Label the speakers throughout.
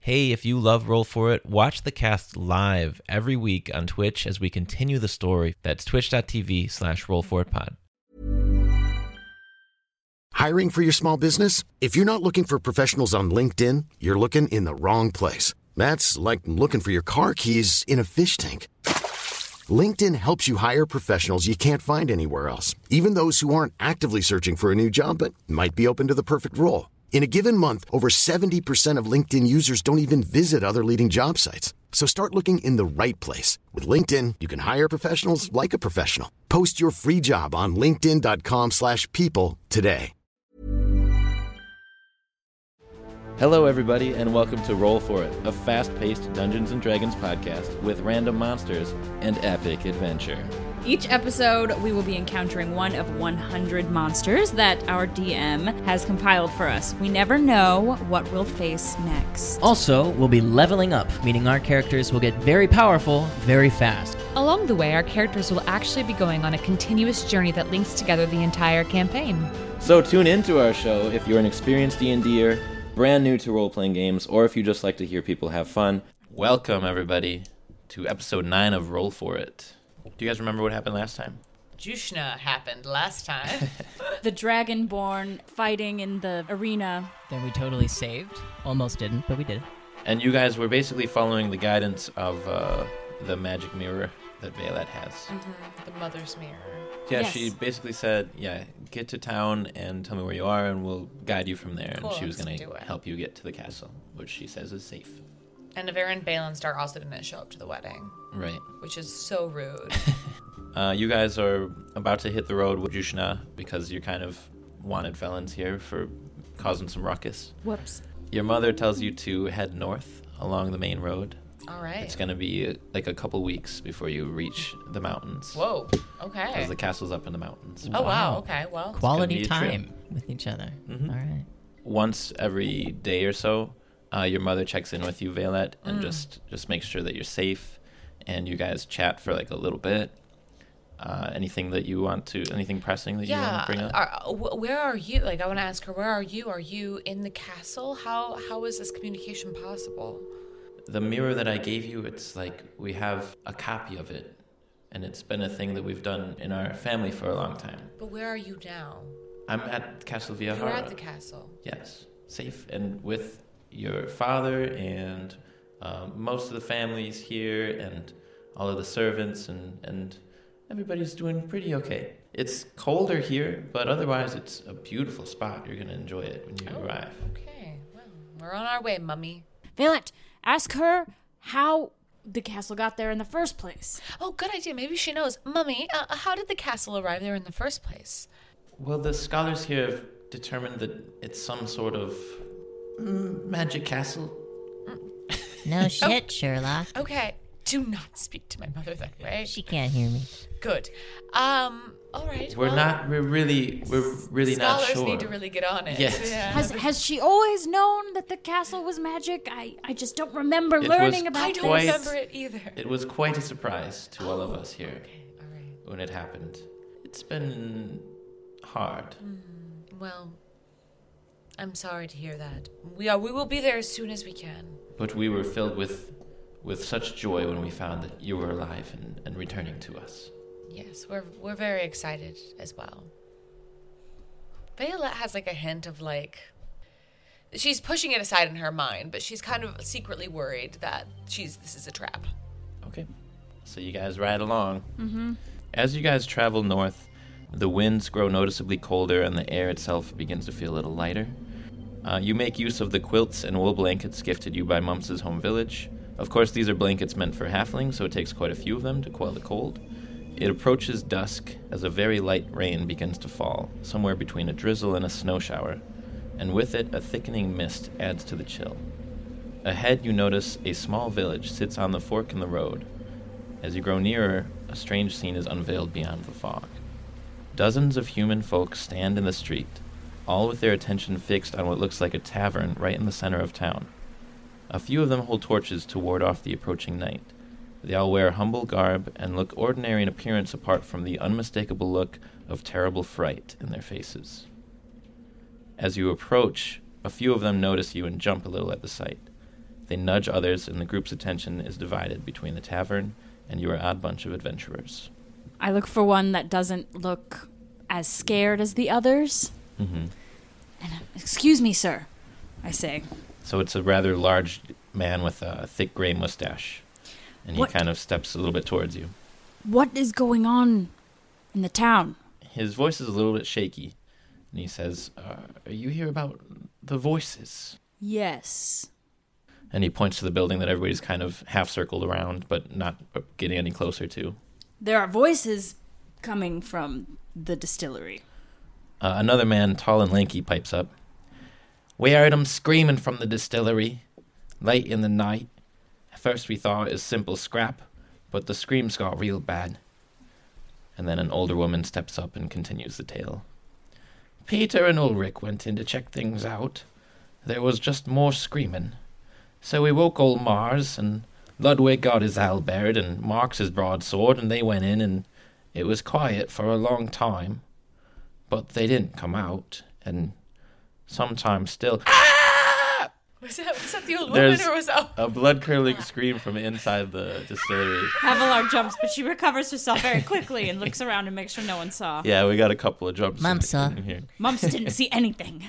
Speaker 1: Hey, if you love Roll For It, watch the cast live every week on Twitch as we continue the story. That's twitch.tv slash rollforitpod.
Speaker 2: Hiring for your small business? If you're not looking for professionals on LinkedIn, you're looking in the wrong place. That's like looking for your car keys in a fish tank. LinkedIn helps you hire professionals you can't find anywhere else, even those who aren't actively searching for a new job but might be open to the perfect role. In a given month, over 70% of LinkedIn users don't even visit other leading job sites. So start looking in the right place. With LinkedIn, you can hire professionals like a professional. Post your free job on linkedin.com/people slash people today.
Speaker 1: Hello, everybody, and welcome to Roll For It, a fast paced Dungeons and Dragons podcast with random monsters and epic adventure.
Speaker 3: Each episode, we will be encountering one of 100 monsters that our DM has compiled for us. We never know what we'll face next.
Speaker 4: Also, we'll be leveling up, meaning our characters will get very powerful very fast.
Speaker 5: Along the way, our characters will actually be going on a continuous journey that links together the entire campaign.
Speaker 1: So tune into our show if you're an experienced D&Der, er, brand new to role-playing games, or if you just like to hear people have fun. Welcome everybody to episode 9 of Roll For It. Do you guys remember what happened last time?
Speaker 6: Jushna happened last time.
Speaker 3: The dragonborn fighting in the arena.
Speaker 4: Then we totally saved. Almost didn't, but we did.
Speaker 1: And you guys were basically following the guidance of uh, the magic mirror that Violet has.
Speaker 6: Mm. the mother's mirror.
Speaker 1: Yeah,
Speaker 3: Yes.
Speaker 1: she basically said, "Yeah, get to town and tell me where you are, and we'll guide you from there."
Speaker 6: Cool,
Speaker 1: and she was
Speaker 6: let's
Speaker 1: going
Speaker 6: do
Speaker 1: to
Speaker 6: it.
Speaker 1: help you get to the castle, which she says is safe.
Speaker 6: And Avera and Balenstar also didn't show up to the wedding,
Speaker 1: Right.
Speaker 6: which is so rude.
Speaker 1: Uh, you guys are about to hit the road with Jushna because you're kind of wanted felons here for causing some ruckus.
Speaker 3: Whoops.
Speaker 1: Your mother tells you to head north along the main road.
Speaker 6: All right.
Speaker 1: It's going to be uh, like a couple weeks before you reach the mountains.
Speaker 6: Whoa. Okay.
Speaker 1: Because the castle's up in the mountains.
Speaker 6: oh wow.
Speaker 4: Wow.
Speaker 6: Okay. Well.
Speaker 4: Quality
Speaker 1: be a trip. Mm-hmm.
Speaker 4: time with each other. All right.
Speaker 1: once every day or so, uh, your mother checks in with you, Violet,
Speaker 6: Mm.
Speaker 1: and just just makes sure that you're safe. And you guys chat for like a little bit. Uh, anything that you want to, anything pressing that you want
Speaker 6: yeah. uh,
Speaker 1: to bring up?
Speaker 6: are- wh- where are you? Like, I want to ask her, where are you? Are you in the castle? How how is this communication possible?
Speaker 1: the mirror that I gave you, it's like we have a copy of it, and it's been a thing that we've done in our family for a long time.
Speaker 6: But where are you now?
Speaker 1: I'm at Castle Villahara.
Speaker 6: You're at the castle.
Speaker 1: Yes, safe and with your father and um, most of the families here and all of the servants and and everybody's doing pretty okay. It's colder here, but otherwise it's a beautiful spot. You're gonna enjoy it when
Speaker 6: Oh.
Speaker 1: you arrive.
Speaker 6: Okay. Well, we're on our way, mummy.
Speaker 3: Violet, ask her how the castle got there in the first place.
Speaker 6: Oh, good idea. Maybe she knows, mummy. Uh, how did the castle arrive there in the first place?
Speaker 1: Well, the scholars here have determined that it's some sort of mm, magic castle.
Speaker 7: No shit, Sherlock.
Speaker 6: Okay. Do not speak to my mother that way.
Speaker 7: She can't hear me.
Speaker 6: Good. Um. All right.
Speaker 1: We're
Speaker 6: well,
Speaker 1: not. We're really. We're really not
Speaker 6: Scholars
Speaker 1: sure.
Speaker 6: need to really get on it.
Speaker 1: Yes.
Speaker 6: Yeah.
Speaker 3: Has, has she always known that the castle was magic? I, I just don't remember
Speaker 1: was
Speaker 3: learning about
Speaker 6: I don't
Speaker 1: Quite-
Speaker 6: remember it either.
Speaker 1: It was quite a surprise to all of us here.
Speaker 6: Okay. All right.
Speaker 1: when it happened. It's been hard.
Speaker 6: Well, I'm sorry to hear that. We are. We will be there as soon as we can.
Speaker 1: But we were filled with with such joy when we found that you were alive and, and returning to us.
Speaker 6: Yes, we're we're very excited as well. Violet has like a hint of like. She's pushing it aside in her mind, but she's kind of secretly worried that she's this is a trap.
Speaker 1: Okay. So you guys ride along. Mm-hmm. As you guys travel north, the winds grow noticeably colder and the air itself begins to feel a little lighter. Uh, you make use of the quilts and wool blankets gifted you by Mumps' home village. Of course, these are blankets meant for halflings, so it takes quite a few of them to quell the cold. It approaches dusk as a very light rain begins to fall, somewhere between a drizzle and a snow shower, and with it, a thickening mist adds to the chill. Ahead, you notice a small village sits on the fork in the road. As you grow nearer, a strange scene is unveiled beyond the fog. Dozens of human folk stand in the street, all with their attention fixed on what looks like a tavern right in the center of town. A few of them hold torches to ward off the approaching night. They all wear humble garb and look ordinary in appearance apart from the unmistakable look of terrible fright in their faces. As you approach, a few of them notice you and jump a little at the sight. They nudge others, and the group's attention is divided between the tavern and your odd bunch of adventurers.
Speaker 8: I look for one that doesn't look as scared as the others. And, uh, excuse me, sir, I say.
Speaker 1: So it's a rather large man with a thick gray mustache, and he
Speaker 8: What?
Speaker 1: kind of steps a little bit towards you.
Speaker 8: What is going on in the town?
Speaker 1: His voice is a little bit shaky, and he says, uh, "Are you here about the voices?"
Speaker 8: Yes.
Speaker 1: And he points to the building that everybody's kind of half circled around, but not uh, getting any closer to.
Speaker 8: There are voices coming from the distillery.
Speaker 1: Uh, another man, tall and lanky, pipes up. We heard 'em screaming from the distillery late in the night. At first, we thought it was simple scrap, but the screams got real bad. And then an older woman steps up and continues the tale. Peter and Ulrich went in to check things out. There was just more screaming. So we woke old Mars, and Ludwig got his halberd and Marx his broadsword, and they went in, and it was quiet for a long time but they didn't come out, and sometimes still
Speaker 6: Was that, was that the old
Speaker 1: There's-
Speaker 6: woman or was that?
Speaker 1: a blood curdling scream from inside the distillery.
Speaker 8: Havilar jumps, but she recovers herself very quickly and looks around and makes sure no one saw.
Speaker 1: Yeah, we got a couple of jumps
Speaker 9: Mum
Speaker 1: in-
Speaker 9: saw.
Speaker 1: in here.
Speaker 8: Mumps didn't see anything.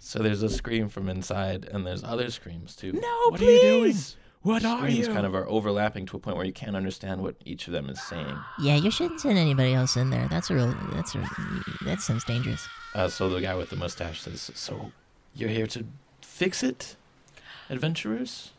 Speaker 1: So there's a scream from inside, and there's other screams too.
Speaker 8: No,
Speaker 1: what are you doing?
Speaker 8: please!
Speaker 1: What are you? kind of are overlapping to a point where you can't understand what each of them is saying.
Speaker 9: Yeah, you shouldn't send anybody else in there. That's a real. That's a. That sounds dangerous.
Speaker 1: Uh, so the guy with the mustache says, "So you're here to fix it, adventurers?"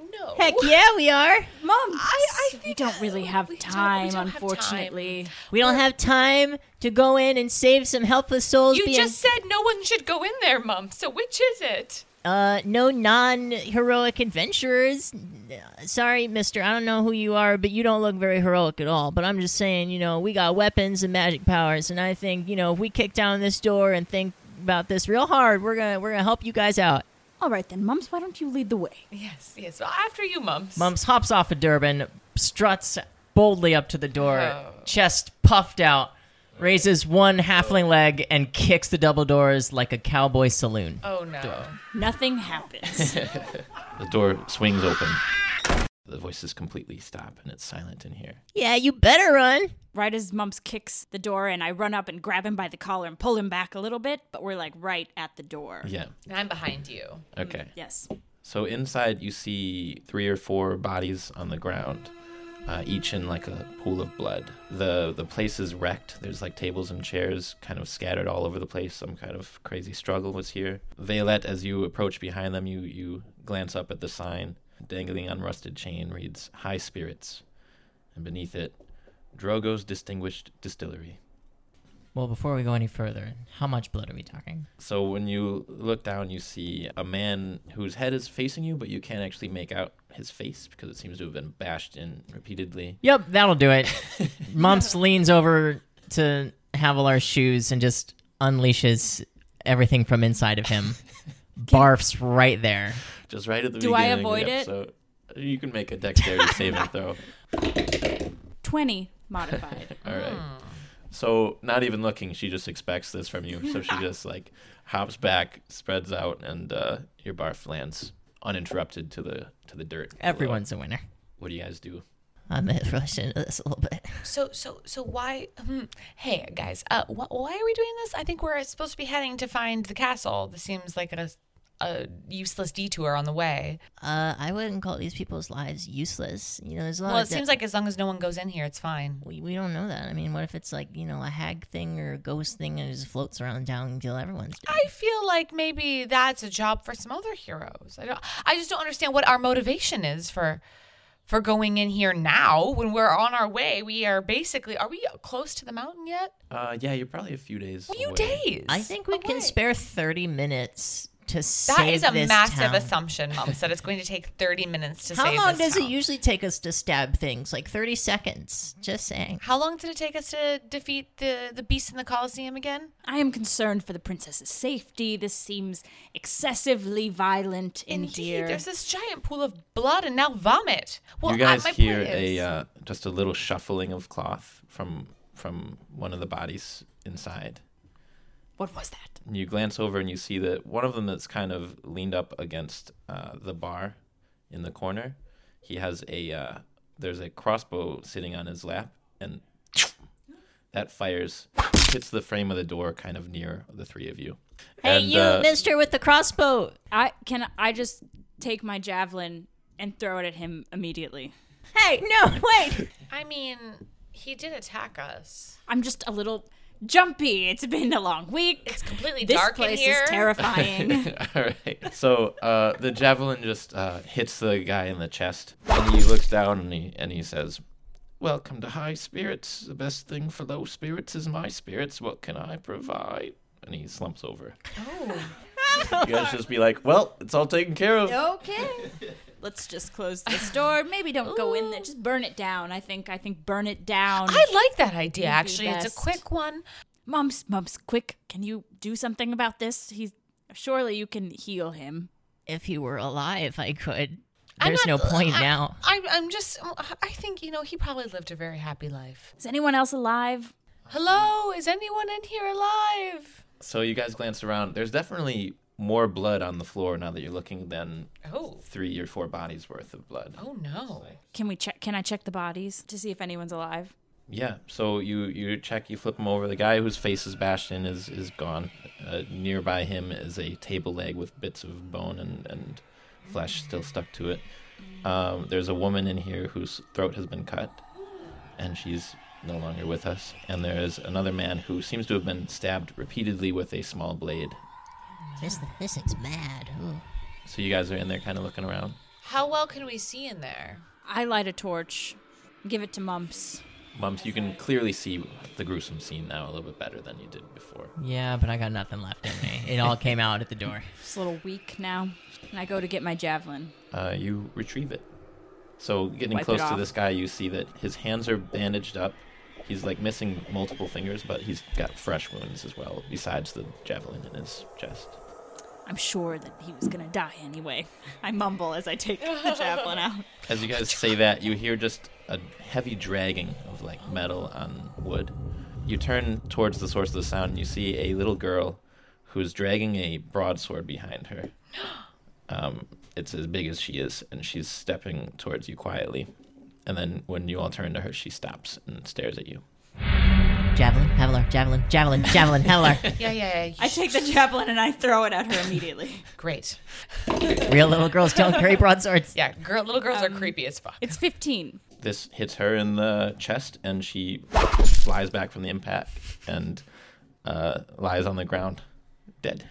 Speaker 6: oh, No.
Speaker 9: yeah, we are.
Speaker 8: Mum,
Speaker 6: I
Speaker 8: we
Speaker 6: think,
Speaker 8: don't really
Speaker 6: uh,
Speaker 8: have
Speaker 6: we don't- we
Speaker 8: time,
Speaker 6: don't have time.
Speaker 8: unfortunately.
Speaker 9: We don't have time to go in and save some helpless souls.
Speaker 6: You
Speaker 9: being,
Speaker 6: just said no one should go in there, Mum. So which is it?
Speaker 9: uh, no non-heroic adventurers. Sorry, Mister. I don't know who you are, but you don't look very heroic at all. But I'm just saying, you know, we got weapons and magic powers, and I think, you know, if we kick down this door and think about this real hard, we're gonna we're gonna help you guys out.
Speaker 8: All right then, Mums, why don't you lead the way?
Speaker 6: Yes, yes. Well, after you, Mums.
Speaker 4: Mumps hops off of Durban, struts boldly up to the door,
Speaker 6: Oh.
Speaker 4: chest puffed out, raises one halfling leg, and kicks the double doors like a cowboy saloon.
Speaker 6: Oh no.
Speaker 8: Nothing happens.
Speaker 1: The door swings open. The voices completely stop, and it's silent in here.
Speaker 9: Yeah, you better run.
Speaker 8: right as Mumps kicks the door in, I run up and grab him by the collar and pull him back a little bit, but we're like right at the door.
Speaker 1: Yeah.
Speaker 6: And I'm behind you.
Speaker 1: Okay.
Speaker 8: Yes.
Speaker 1: So inside, you see three or four bodies on the ground, uh, each in like a pool of blood. the The place is wrecked. There's like tables and chairs kind of scattered all over the place. Some kind of crazy struggle was here. Valet, as you approach behind them, you you glance up at the sign dangling on rusted chain reads "High Spirits," and beneath it, Drogo's Distinguished Distillery.
Speaker 4: Well, before we go any further, how much blood are we talking?
Speaker 1: So when you look down, you see a man whose head is facing you, but you can't actually make out his face because it seems to have been bashed in repeatedly.
Speaker 4: Yep, that'll do it. Mumps leans over to Havilar's shoes and just unleashes everything from inside of him. Barfs right there.
Speaker 1: Just right at the
Speaker 8: Do I
Speaker 1: beginning of
Speaker 8: avoid
Speaker 1: the
Speaker 8: it?
Speaker 1: episode. You can make a dexterity saving throw.
Speaker 8: 20 modified.
Speaker 1: All right.
Speaker 8: Hmm.
Speaker 1: So not even looking, she just expects this from you. So she just like hops back, spreads out, and uh, your barf lands uninterrupted to the to the dirt. below.
Speaker 4: Everyone's a winner.
Speaker 1: What do you guys do?
Speaker 9: I'm gonna rush into this a little bit.
Speaker 6: So so so why? Hmm, hey guys, uh, wh- why are we doing this? I think we're supposed to be heading to find the castle. This seems like a a useless detour on the way.
Speaker 9: Uh, I wouldn't call these people's lives useless. You know, there's a lot.
Speaker 6: Well,
Speaker 9: of
Speaker 6: it seems like as long as no one goes in here, it's fine.
Speaker 9: we, we don't know that. I mean, what if it's like you know a hag thing or a ghost thing and it just floats around town until everyone's dead?
Speaker 6: I feel like maybe that's a job for some other heroes. I don't. I just don't understand what our motivation is for for going in here now when we're on our way. We are basically. Are we close to the mountain yet?
Speaker 1: Uh, yeah, you're probably a few days.
Speaker 6: A few
Speaker 1: away.
Speaker 6: days.
Speaker 9: I think we can
Speaker 6: away.
Speaker 9: spare thirty minutes to save
Speaker 6: That is a
Speaker 9: this
Speaker 6: massive
Speaker 9: town.
Speaker 6: assumption, Mom. Said it's going to take thirty minutes to
Speaker 9: How
Speaker 6: save
Speaker 9: long
Speaker 6: this
Speaker 9: does it
Speaker 6: town.
Speaker 9: usually take us to stab things? Like thirty seconds. Just saying.
Speaker 6: How long did it take us to defeat the the beast in the Colosseum again?
Speaker 8: I am concerned for the princess's safety. This seems excessively violent and dear.
Speaker 6: Indeed, there's this giant pool of blood and now vomit. Well,
Speaker 1: you
Speaker 6: I-
Speaker 1: guys
Speaker 6: my
Speaker 1: hear
Speaker 6: point
Speaker 1: a
Speaker 6: is-
Speaker 1: uh, just a little shuffling of cloth from from one of the bodies inside,
Speaker 8: What was that?
Speaker 1: And you glance over and you see that one of them that's kind of leaned up against uh, the bar in the corner. He has a uh, there's a crossbow sitting on his lap, and that fires hits the frame of the door, kind of near the three of you.
Speaker 9: Hey,
Speaker 1: And,
Speaker 9: you,
Speaker 1: uh,
Speaker 9: Mister, with the crossbow.
Speaker 8: I can I just take my javelin and throw it at him immediately.
Speaker 9: Hey, no, wait.
Speaker 6: I mean, he did attack us.
Speaker 8: I'm just a little jumpy. It's been a long week.
Speaker 6: It's completely
Speaker 8: this
Speaker 6: dark in
Speaker 8: place
Speaker 6: here.
Speaker 8: is terrifying.
Speaker 1: All right. So uh, the javelin just uh, hits the guy in the chest, and he looks down and he and he says, "Welcome to high spirits. The best thing for low spirits is my spirits. What can I provide?" And he slumps over. Oh. You guys just be like, "Well, it's all taken care of."
Speaker 8: okay. Let's just close this door. Maybe don't go in there. Just burn it down. I think I think burn it down.
Speaker 6: I like that idea.
Speaker 8: You'd be
Speaker 6: Actually, it's a
Speaker 8: best.
Speaker 6: quick one.
Speaker 8: Mumps, Mumps, quick. Can you do something about this? He's surely you can heal him.
Speaker 4: If he were alive, I could.
Speaker 6: I'm
Speaker 4: There's
Speaker 6: not-
Speaker 4: no point
Speaker 6: I-
Speaker 4: now.
Speaker 6: I, I'm just. I think you know he probably lived a very happy life.
Speaker 8: Is anyone else alive?
Speaker 6: Hello, is anyone in here alive?
Speaker 1: So you guys glance around. There's definitely more blood on the floor now that you're looking than
Speaker 6: Oh,
Speaker 1: three or four bodies worth of blood.
Speaker 6: oh no.
Speaker 8: Can we check? Can I check the bodies to see if anyone's alive?
Speaker 1: Yeah. So you you check, you flip him over. The guy whose face is bashed in is is gone. Uh, nearby him is a table leg with bits of bone and and flesh still stuck to it. Um, there's a woman in here whose throat has been cut, and she's no longer with us. And there is another man who seems to have been stabbed repeatedly with a small blade.
Speaker 9: This this thing's mad. Ooh.
Speaker 1: So you guys are in there, kind of looking around.
Speaker 6: How well can we see in there?
Speaker 8: I light a torch. Give it to Mumps.
Speaker 1: Mumps, you can clearly see the gruesome scene now a little bit better than you did before.
Speaker 4: Yeah, but I got nothing left in me. It all came out at the door.
Speaker 8: Just a little weak now. And I go to get my javelin.
Speaker 1: uh, you retrieve it. So, getting
Speaker 8: Wipe it
Speaker 1: close to
Speaker 8: off.
Speaker 1: this guy, you see that his hands are bandaged up. He's like missing multiple fingers, but he's got fresh wounds as well, besides the javelin in his chest.
Speaker 8: I'm sure that he was gonna die anyway. I mumble as I take the javelin out.
Speaker 1: As you guys say that, you hear just a heavy dragging of like metal on wood. You turn towards the source of the sound and you see a little girl who's dragging a broadsword behind her. Um, it's as big as she is, and she's stepping towards you quietly. And then when you all turn to her, she stops and stares at you.
Speaker 4: Javelin, Havilar, javelin, javelin, javelin, Havilar.
Speaker 6: Yeah, yeah, yeah.
Speaker 8: I take the javelin and I throw it at her immediately.
Speaker 6: Great.
Speaker 4: Real little girls don't carry broadswords.
Speaker 6: Yeah, girl, little girls are creepy as fuck.
Speaker 8: It's 15.
Speaker 1: This hits her in the chest, and she flies back from the impact and uh, lies on the ground, dead.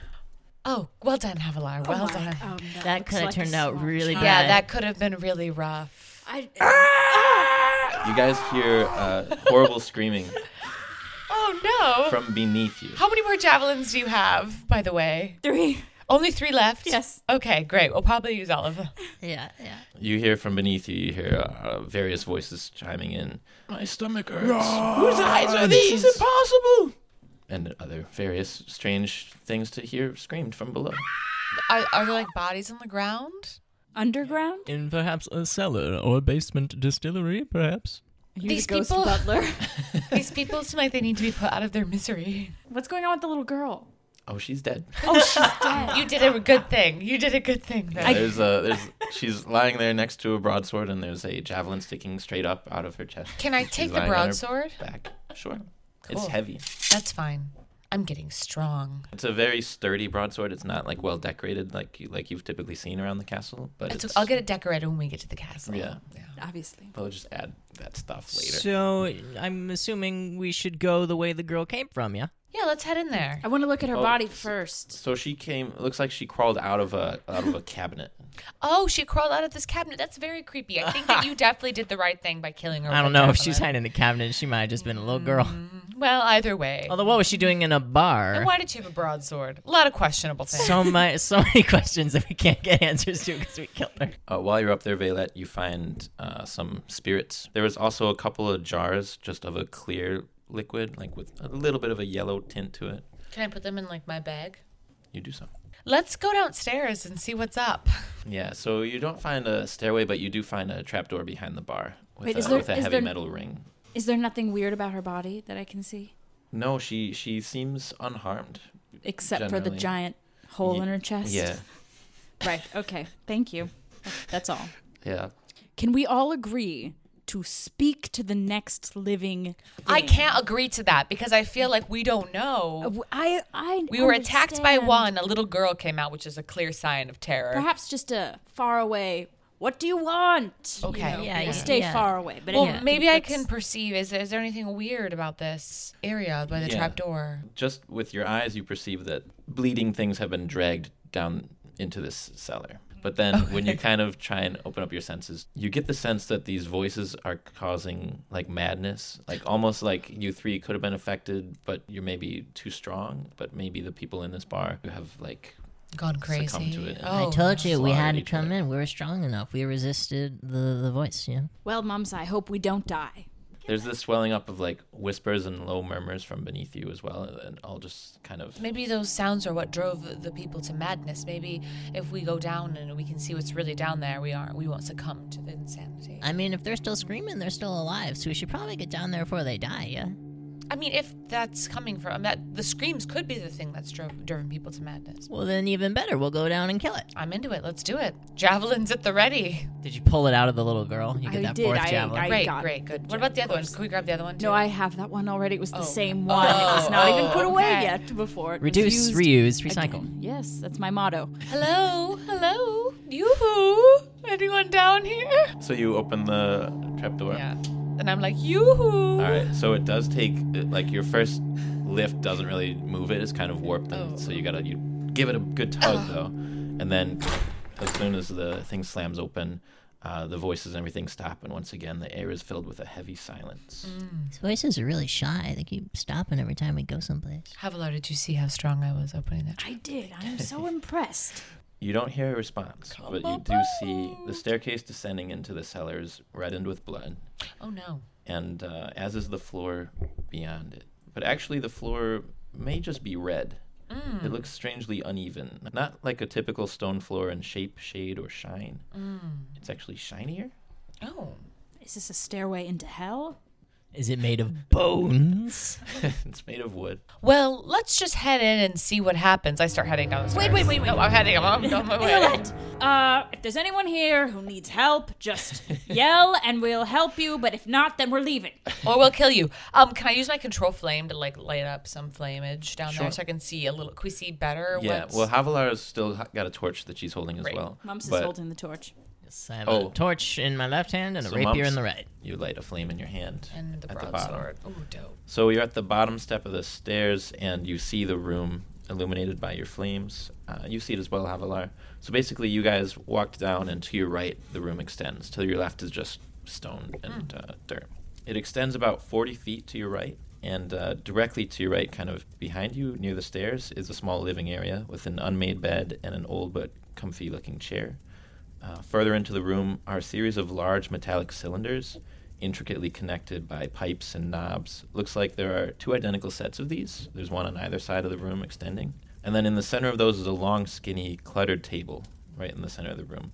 Speaker 6: Oh, well done, Havilar. Well done.
Speaker 4: Oh That could have
Speaker 8: Oh, like a
Speaker 4: turned out
Speaker 8: small
Speaker 4: really
Speaker 8: child.
Speaker 4: bad.
Speaker 6: Yeah, that could have been really rough.
Speaker 8: I,
Speaker 1: You guys hear uh, horrible screaming
Speaker 6: Oh no.
Speaker 1: from beneath you.
Speaker 6: How many more javelins do you have, by the way?
Speaker 8: three.
Speaker 6: Only three left?
Speaker 8: Yes.
Speaker 6: Okay, great. We'll probably use all of them.
Speaker 9: Yeah, yeah.
Speaker 1: You hear from beneath you. You hear uh, various voices chiming in. My stomach hurts. Whose eyes are these? This is impossible. And other various strange things to hear screamed from below.
Speaker 6: Are, are there like bodies on the ground?
Speaker 8: Underground?
Speaker 10: In perhaps a cellar or basement distillery, perhaps?
Speaker 8: You
Speaker 6: These
Speaker 8: the ghost
Speaker 6: people-
Speaker 8: butler.
Speaker 6: These people seem like they need to be put out of their misery.
Speaker 8: What's going on with the little girl?
Speaker 1: Oh, she's dead.
Speaker 6: You did a good thing. You did a good thing. There.
Speaker 1: there's a there's she's lying there next to a broadsword, and there's a javelin sticking straight up out of her chest.
Speaker 6: Can I
Speaker 1: She's
Speaker 6: take the
Speaker 1: lying on her
Speaker 6: broadsword?
Speaker 1: Back, sure. It's heavy.
Speaker 6: That's fine. I'm getting strong.
Speaker 1: It's a very sturdy broadsword. It's not like well decorated like you, like you've typically seen around the castle, but
Speaker 6: It's,
Speaker 1: it's,
Speaker 6: I'll get it decorated when we get to the castle.
Speaker 1: Yeah.
Speaker 8: Obviously.
Speaker 1: They'll just add that stuff later.
Speaker 4: So I'm assuming we should go the way the girl came from, yeah?
Speaker 6: Yeah, let's head in there.
Speaker 8: I want to look at her
Speaker 1: Oh,
Speaker 8: body
Speaker 1: s-
Speaker 8: first.
Speaker 1: So she came. it Looks like she crawled out of a out of a cabinet.
Speaker 6: Oh, she crawled out of this cabinet. That's very creepy. I think that you definitely did the right thing by killing her.
Speaker 4: I
Speaker 6: with
Speaker 4: don't
Speaker 6: a
Speaker 4: know if
Speaker 6: javelin.
Speaker 4: she's hiding in the cabinet. She might have just been a little girl.
Speaker 6: Well, either way.
Speaker 4: Although, what was she doing in a bar?
Speaker 6: And why did she have a broadsword? A lot of questionable things.
Speaker 4: So much, so many questions that we can't get answers to because we killed her.
Speaker 1: Uh, while you're up there, Valet, you find uh, some spirits. There was also a couple of jars, just of a clear liquid, like with a little bit of a yellow tint to it.
Speaker 6: Can I put them in like my bag?
Speaker 1: You do so.
Speaker 6: Let's go downstairs and see what's up.
Speaker 1: Yeah. So you don't find a stairway, but you do find a trapdoor behind the bar with
Speaker 8: Wait,
Speaker 1: a,
Speaker 8: is there-
Speaker 1: with a
Speaker 8: is
Speaker 1: heavy
Speaker 8: there-
Speaker 1: metal ring.
Speaker 8: Is there nothing weird about her body that I can see?
Speaker 1: No, she she seems unharmed.
Speaker 8: except for the
Speaker 1: Generally.
Speaker 8: giant hole
Speaker 1: Ye-
Speaker 8: in her chest.
Speaker 1: Yeah.
Speaker 8: Right. Okay. Thank you. That's all.
Speaker 1: Yeah.
Speaker 8: Can we all agree to speak to the next living?
Speaker 6: I
Speaker 8: thing?
Speaker 6: can't agree to that because I feel like we don't know.
Speaker 8: Uh, I I.
Speaker 6: We were attacked by
Speaker 8: understand.
Speaker 6: one. A little girl came out, which is a clear sign of terror.
Speaker 8: Perhaps just a far away. What do you want? You
Speaker 6: Okay.
Speaker 8: know,
Speaker 6: Yeah,
Speaker 8: we'll
Speaker 9: yeah,
Speaker 8: stay
Speaker 9: yeah.
Speaker 8: far away. But
Speaker 6: Well,
Speaker 8: anyway,
Speaker 6: maybe I
Speaker 8: let's-
Speaker 6: can perceive. Is there, is there anything weird about this area by the
Speaker 1: Yeah.
Speaker 6: trapdoor?
Speaker 1: Just with your eyes, you perceive that bleeding things have been dragged down into this cellar. But then when you kind of try and open up your senses, you get the sense that these voices are causing like madness, like almost like you three could have been affected, but you're maybe too strong. But maybe the people in this bar who have like
Speaker 6: Gone crazy.
Speaker 1: succumbed to it.
Speaker 6: Oh,
Speaker 9: I told you we had
Speaker 1: Sorry,
Speaker 9: to come
Speaker 1: but-
Speaker 9: in. We were strong enough. We resisted the, the voice, yeah.
Speaker 8: Well, mums, I hope we don't die.
Speaker 1: there's this swelling up of like whispers and low murmurs from beneath you as well, and all just kind of
Speaker 6: Maybe those sounds are what drove the people to madness. Maybe if we go down and we can see what's really down there, we aren't. We won't succumb to the insanity.
Speaker 9: I mean, if they're still screaming, they're still alive, so we should probably get down there before they die, yeah?
Speaker 6: I mean, if that's coming from that, the screams could be the thing that's drove, driven people to madness.
Speaker 9: Well, then even better. We'll go down and kill it.
Speaker 6: I'm into it. Let's do it. Javelins at the ready.
Speaker 4: Did you pull it out of the little girl? You get
Speaker 8: I
Speaker 4: that
Speaker 8: did,
Speaker 4: fourth
Speaker 8: I-
Speaker 4: javelin.
Speaker 8: I-
Speaker 6: Great,
Speaker 8: got it.
Speaker 6: great, good.
Speaker 8: Good
Speaker 6: What
Speaker 8: job,
Speaker 6: about the other
Speaker 8: of
Speaker 6: ones?
Speaker 8: course.
Speaker 6: Can we grab the other one too?
Speaker 8: No, I have that one already. It was the
Speaker 6: Oh.
Speaker 8: same one. it was not
Speaker 6: Oh,
Speaker 8: even put away
Speaker 6: okay.
Speaker 8: yet before. It was
Speaker 4: Reduce,
Speaker 8: used
Speaker 4: reuse,
Speaker 8: again.
Speaker 4: recycle.
Speaker 8: Yes, that's my motto.
Speaker 6: Hello, hello, yoo-hoo! Anyone down here?
Speaker 1: So you open the trapdoor.
Speaker 6: Yeah. And I'm like, yoo-hoo!
Speaker 1: All right. So it does take it- like your first lift doesn't really move it. It's kind of warped, and so you gotta you give it a good tug though, and then as soon as the thing slams open. Uh, the voices and everything stop, and once again, the air is filled with a heavy silence.
Speaker 9: These voices are really shy. They keep stopping every time we go someplace.
Speaker 6: Havilar, did you see how strong I was opening that?
Speaker 8: I did. I am so impressed.
Speaker 1: You don't hear a response, but you do see the staircase descending into the cellars, reddened with blood,
Speaker 6: Oh no.
Speaker 1: and uh, as is the floor beyond it. But actually, the floor may just be red. It
Speaker 6: Mm.
Speaker 1: looks strangely uneven, not like a typical stone floor in shape, shade, or shine.
Speaker 6: Mm.
Speaker 1: It's actually shinier.
Speaker 6: Oh.
Speaker 8: Is this a stairway into hell?
Speaker 4: Is it made of bones?
Speaker 1: it's made of wood.
Speaker 6: Well, let's just head in and see what happens. I start heading down the stairs. Wait, wait, wait, wait. No, I'm heading. I'm on my way.
Speaker 8: Uh, if there's anyone here who needs help, just yell and we'll help you. But if not, then we're leaving.
Speaker 6: or we'll kill you. Um, can I use my control flame to like light up some flamage down there so I can see a little, can we see better?
Speaker 1: Yeah.
Speaker 6: what's-
Speaker 1: Well, Havilar's still h- got a torch that she's holding as
Speaker 6: Right.
Speaker 1: well.
Speaker 8: Mumps is
Speaker 1: but
Speaker 8: holding the torch.
Speaker 4: Yes, I have
Speaker 1: Oh.
Speaker 4: a torch in my left hand and a
Speaker 1: So
Speaker 4: rapier
Speaker 1: Mumps-
Speaker 4: in the right.
Speaker 1: You light a flame in your hand
Speaker 6: and the
Speaker 1: at the bottom.
Speaker 6: broadsword. Oh, dope.
Speaker 1: So you're at the bottom step of the stairs, and you see the room illuminated by your flames. Uh, you see it as well, Havilar. So basically, you guys walked down, and to your right, the room extends. To your left is just stone and uh, dirt. It extends about 40 feet to your right, and uh, directly to your right, kind of behind you, near the stairs, is a small living area with an unmade bed and an old but comfy looking chair. Uh, further into the room are a series of large metallic cylinders, intricately connected by pipes and knobs. Looks like there are two identical sets of these. There's one on either side of the room extending. And then in the center of those is a long, skinny, cluttered table right in the center of the room.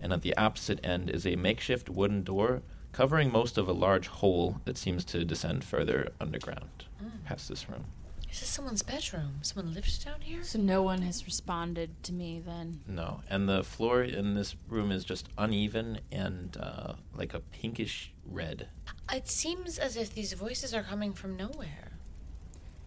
Speaker 1: And at the opposite end is a makeshift wooden door covering most of a large hole that seems to descend further underground past this room.
Speaker 6: Is this someone's bedroom? Someone lives down here?
Speaker 8: So no one has responded to me then.
Speaker 1: No, and the floor in this room is just uneven and uh, like a pinkish red.
Speaker 6: It seems as if these voices are coming from nowhere.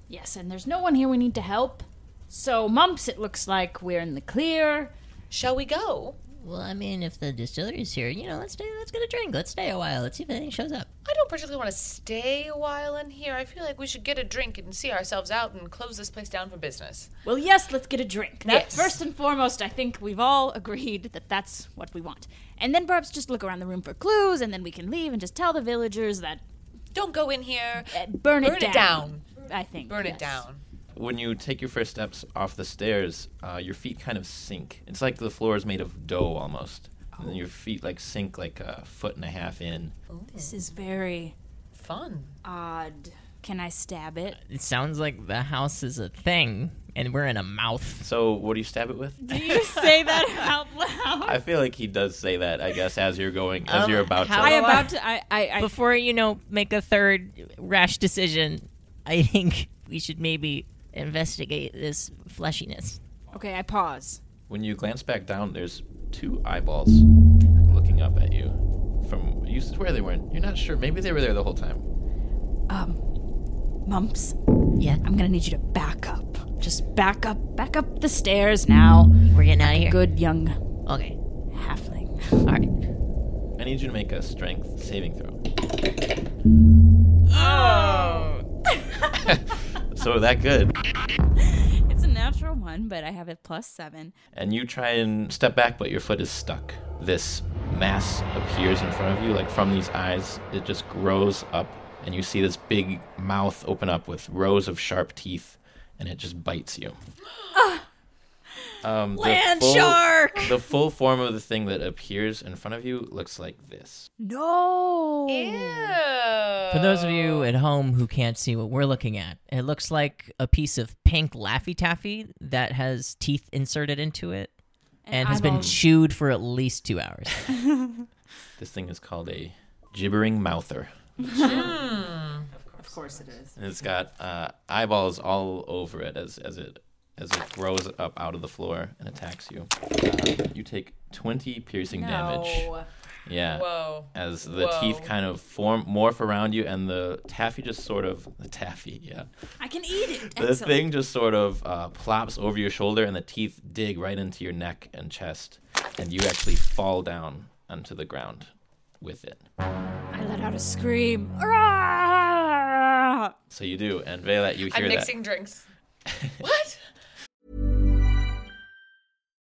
Speaker 8: Yes, and there's no one here we need to help. So, Mumps, it looks like we're in the clear.
Speaker 6: Shall we go?
Speaker 9: Well, I mean, if the distillery's here, you know, let's stay, let's get a drink. Let's stay a while. Let's see if anything shows up.
Speaker 6: I don't particularly want to stay a while in here. I feel like we should get a drink and see ourselves out and close this place down for business.
Speaker 8: Well, Oh, yes, let's get a drink. That,
Speaker 6: Yes.
Speaker 8: First and foremost, I think we've all agreed that that's what we want. And then perhaps just look around the room for clues, and then we can leave and just tell the villagers that
Speaker 6: Don't go in here.
Speaker 8: uh,
Speaker 6: Burn
Speaker 8: burn, it,
Speaker 6: it
Speaker 8: down,
Speaker 6: down.
Speaker 8: I think.
Speaker 6: Burn
Speaker 8: yes.
Speaker 6: it down.
Speaker 1: When you take your first steps off the stairs, uh, your feet kind of sink. It's like the floor is made of dough almost. And then your feet like sink like a foot and a half in.
Speaker 8: This is very
Speaker 6: Fun.
Speaker 8: odd. Can I stab it?
Speaker 4: It sounds like the house is a thing and we're in a mouth.
Speaker 1: So, what do you stab it with?
Speaker 8: You say that out loud.
Speaker 1: I feel like he does say that, I guess, as you're going, as you're about to.
Speaker 4: how
Speaker 8: I
Speaker 4: do
Speaker 8: about to. I. I, I
Speaker 9: Before, you know, make a third rash decision, I think we should maybe investigate this fleshiness.
Speaker 8: Okay, I pause.
Speaker 1: When you glance back down, there's two eyeballs looking up at you. From you swear they weren't. You're not sure. Maybe they were there the whole time.
Speaker 8: Mumps,
Speaker 9: Yeah,
Speaker 8: I'm gonna need you to back up. Just back up, back up the stairs now.
Speaker 9: we're getting out of here.
Speaker 8: Good young
Speaker 9: Okay.
Speaker 8: halfling.
Speaker 9: All right.
Speaker 1: I need you to make a strength saving throw. Oh. so that good.
Speaker 8: It's a natural one, but I have a plus seven.
Speaker 1: and you try and step back, but your foot is stuck. This mass appears in front of you, like from these eyes. It just grows up, and you see this big mouth open up with rows of sharp teeth, and it just bites you. Um, the
Speaker 9: Ah. Land shark!
Speaker 1: The full form of the thing that appears in front of you looks like this.
Speaker 8: No.
Speaker 4: For those of you at home who can't see what we're looking at, it looks like a piece of pink Laffy Taffy that has teeth inserted into it and, has been chewed for at least two hours.
Speaker 1: This thing is called a gibbering mouther.
Speaker 6: Hmm.
Speaker 8: Of course it is.
Speaker 1: and it's got uh, eyeballs all over it as as it as it grows up out of the floor and attacks you. Uh, you take twenty piercing damage. Yeah.
Speaker 6: Whoa.
Speaker 1: As the teeth kind of form morph around you, and the taffy just sort of the taffy, yeah.
Speaker 8: I can eat it.
Speaker 1: The thing just sort of uh, plops over your shoulder, and the teeth dig right into your neck and chest, and you actually fall down onto the ground with it.
Speaker 8: I let out a scream. Rah!
Speaker 1: So you do, and Vela, you hear
Speaker 6: I'm
Speaker 1: that.
Speaker 6: mixing drinks. what?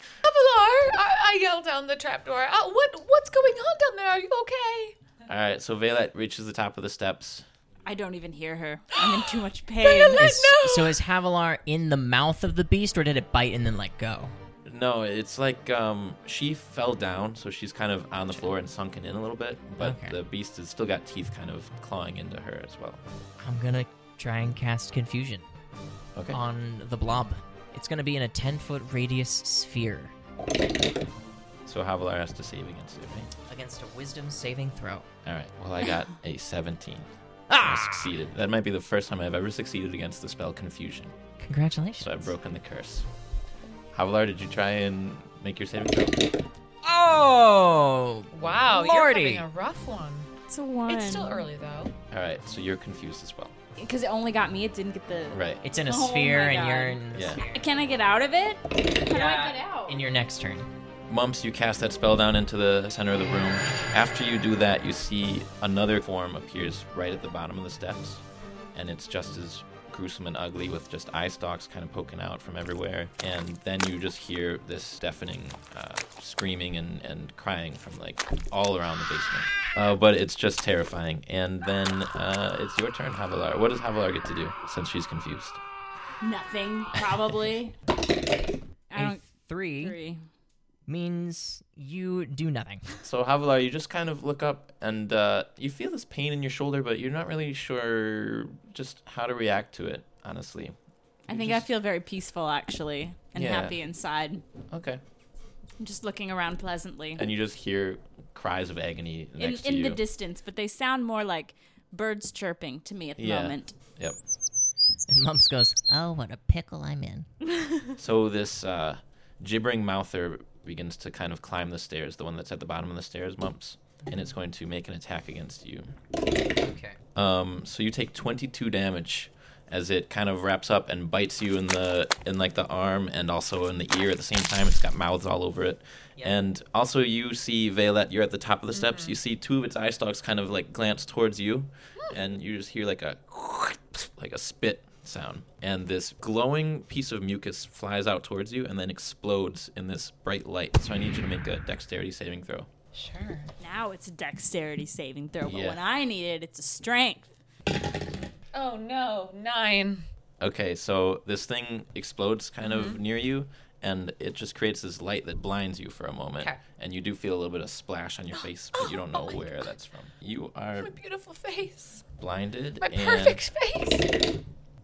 Speaker 6: Avalar, I, I yelled down the trapdoor. Uh, what? What's going on down there? Are you okay?
Speaker 1: All right, so Vela reaches the top of the steps.
Speaker 8: I don't even hear her. I'm in too much pain.
Speaker 4: Is- So is Havilar in the mouth of the beast or did it bite and then let go?
Speaker 1: No, it's like um, she fell down, so she's kind of on the floor and sunken in a little bit, but
Speaker 4: Okay.
Speaker 1: the beast has still got teeth kind of clawing into her as well.
Speaker 4: I'm gonna try and cast confusion
Speaker 1: Okay.
Speaker 4: on the blob. It's gonna be in a 10 foot radius sphere
Speaker 1: So Havilar has to save against it, right?
Speaker 4: against a wisdom saving throw.
Speaker 1: All right, well, I got a 17. Ah! I succeeded. That might be the first time I've ever succeeded against the spell Confusion,
Speaker 4: Congratulations.
Speaker 1: so I've broken the curse. Havilar, did you try and make your saving throw?
Speaker 4: Oh!
Speaker 6: Wow,
Speaker 4: Lordy.
Speaker 6: you're having a rough one.
Speaker 8: It's a one.
Speaker 6: It's still early though.
Speaker 1: All right, so you're confused as well.
Speaker 8: Because it only got me. It didn't get the.
Speaker 1: Right.
Speaker 4: It's in a
Speaker 8: Oh
Speaker 4: sphere
Speaker 8: my
Speaker 4: and
Speaker 8: God.
Speaker 4: you're in the
Speaker 1: Yeah.
Speaker 4: sphere.
Speaker 8: Can I get out of it? How do I get out?
Speaker 4: in your next turn.
Speaker 1: Mumps, you cast that spell down into the center of the room. After you do that, you see another form appears right at the bottom of the steps, and it's just as gruesome and ugly with just eye stalks kind of poking out from everywhere. And then you just hear this deafening uh, screaming and, and crying from like all around the basement. Uh, but it's just terrifying. And then uh, it's your turn, Havilar. What does Havilar get to do since she's confused?
Speaker 8: Nothing, probably. I
Speaker 4: A
Speaker 8: don't.
Speaker 4: three,
Speaker 8: Three.
Speaker 4: means you do nothing.
Speaker 1: So Havilar, you just kind of look up and uh, you feel this pain in your shoulder, but you're not really sure just how to react to it, honestly.
Speaker 8: I think I feel very peaceful actually and
Speaker 1: Yeah.
Speaker 8: happy inside.
Speaker 1: Okay.
Speaker 8: I'm just looking around pleasantly
Speaker 1: And you just hear cries of agony
Speaker 8: in,
Speaker 1: next to
Speaker 8: in
Speaker 1: you.
Speaker 8: the distance, but they sound more like birds chirping to me at the
Speaker 1: Yeah.
Speaker 8: moment.
Speaker 1: Yep.
Speaker 4: And Mumps goes,
Speaker 9: Oh, what a pickle I'm in.
Speaker 1: So this uh, gibbering mouther begins to kind of climb the stairs, the one that's at the bottom of the stairs, mumps, and it's going to make an attack against you.
Speaker 4: okay.
Speaker 1: Um, so you take 22 damage as it kind of wraps up and bites you in the in like the arm and also in the ear at the same time. It's got mouths all over it. And also you see Violet, you're at the top of the steps. You see two of its eye stalks kind of like glance towards you and you just hear like a like a spit sound. And this glowing piece of mucus flies out towards you and then explodes in this bright light. So I need you to make a dexterity saving throw.
Speaker 6: Sure.
Speaker 8: Now it's a dexterity saving throw, but
Speaker 1: Yeah.
Speaker 8: when I need it, it's a strength.
Speaker 6: Oh no, nine.
Speaker 1: Okay, so this thing explodes kind
Speaker 6: Mm-hmm.
Speaker 1: of near you, and it just creates this light that blinds you for a moment.
Speaker 6: Okay. Oh
Speaker 1: And you do feel a little bit of splash on your face, but you don't know where that's from. You are
Speaker 6: My beautiful face.
Speaker 1: blinded.
Speaker 6: My
Speaker 1: and,
Speaker 6: perfect face.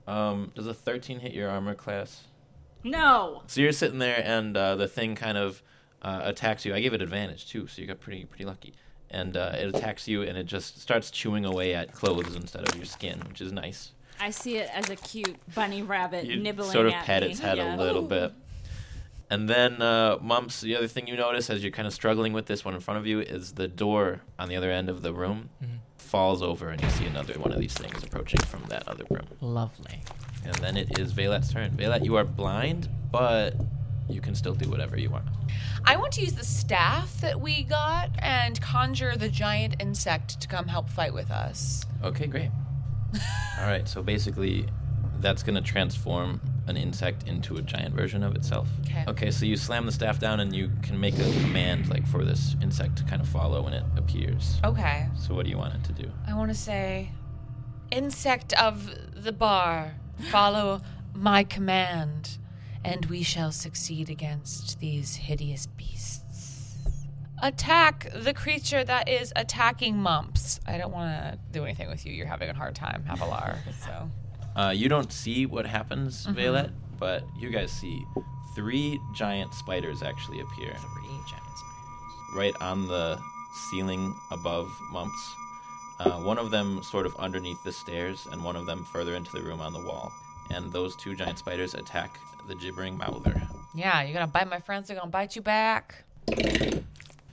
Speaker 1: Um, does a 13 hit your armor class?
Speaker 8: No.
Speaker 1: So you're sitting there, and uh, the thing kind of uh, attacks you. I gave it advantage too, so you got pretty pretty lucky. And uh, it attacks you, and it just starts chewing away at clothes instead of your skin, which is nice.
Speaker 8: I see it as a cute bunny rabbit
Speaker 1: you
Speaker 8: nibbling
Speaker 1: sort of
Speaker 8: at
Speaker 1: pet
Speaker 8: me.
Speaker 1: its head
Speaker 8: Yeah.
Speaker 1: a little bit. And then, uh, Mumps, the other thing you notice as you're kind of struggling with this one in front of you is the door on the other end of the room falls over, and you see another one of these things approaching from that other room.
Speaker 4: Lovely.
Speaker 1: And then it is Velat's turn. Velat, you are blind, but you can still do whatever you want.
Speaker 6: I want to use the staff that we got and conjure the giant insect to come help fight with us.
Speaker 1: Okay, great. All right, so basically, that's going to transform an insect into a giant version of itself.
Speaker 6: 'Kay.
Speaker 1: Okay, so you slam the staff down and you can make a command like for this insect to kind of follow when it appears.
Speaker 6: Okay.
Speaker 1: So what do you want it to do?
Speaker 6: I want to say, insect of the bar, follow my command, and we shall succeed against these hideous beasts. Attack the creature that is attacking mumps. I don't want to do anything with you. You're having a hard time, Havilar. So
Speaker 1: Uh, you don't see what happens,
Speaker 6: Mhm.
Speaker 1: Violet, but you guys see three giant spiders actually appear. Three giant spiders. Right on the ceiling above Mumps. Uh, one of them sort of underneath the stairs, and one of them further into the room on the wall. And those two giant spiders attack the gibbering mouther.
Speaker 6: yeah, you're gonna bite my friends. They're gonna bite you back.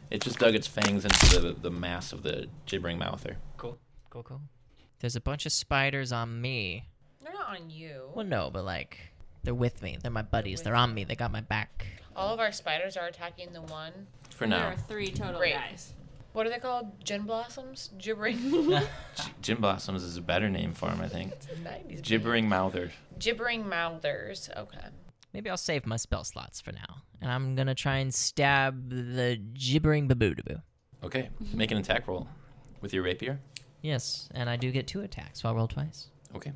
Speaker 1: It just dug its fangs into the, the mass of the gibbering mouther.
Speaker 4: Cool. Cool, cool. There's a bunch of spiders on me.
Speaker 6: They're not on you.
Speaker 4: Well, no, but like, they're with me. They're my buddies. They're on me. They got my back.
Speaker 6: All of our spiders are attacking the one.
Speaker 1: For now.
Speaker 8: There are three total
Speaker 6: Great.
Speaker 8: guys.
Speaker 6: What are they called? Gin blossoms? Gibbering.
Speaker 1: Gin Blossoms is a better name for him, I think.
Speaker 6: It's a 90s name.
Speaker 1: Gibbering mouther.
Speaker 6: Gibbering mouthers. Okay.
Speaker 4: Maybe I'll save my spell slots for now. And I'm going to try and stab the gibbering baboo
Speaker 1: Okay, make an attack roll with your rapier.
Speaker 4: Yes, and I do get two attacks, so I'll roll twice.
Speaker 1: Okay.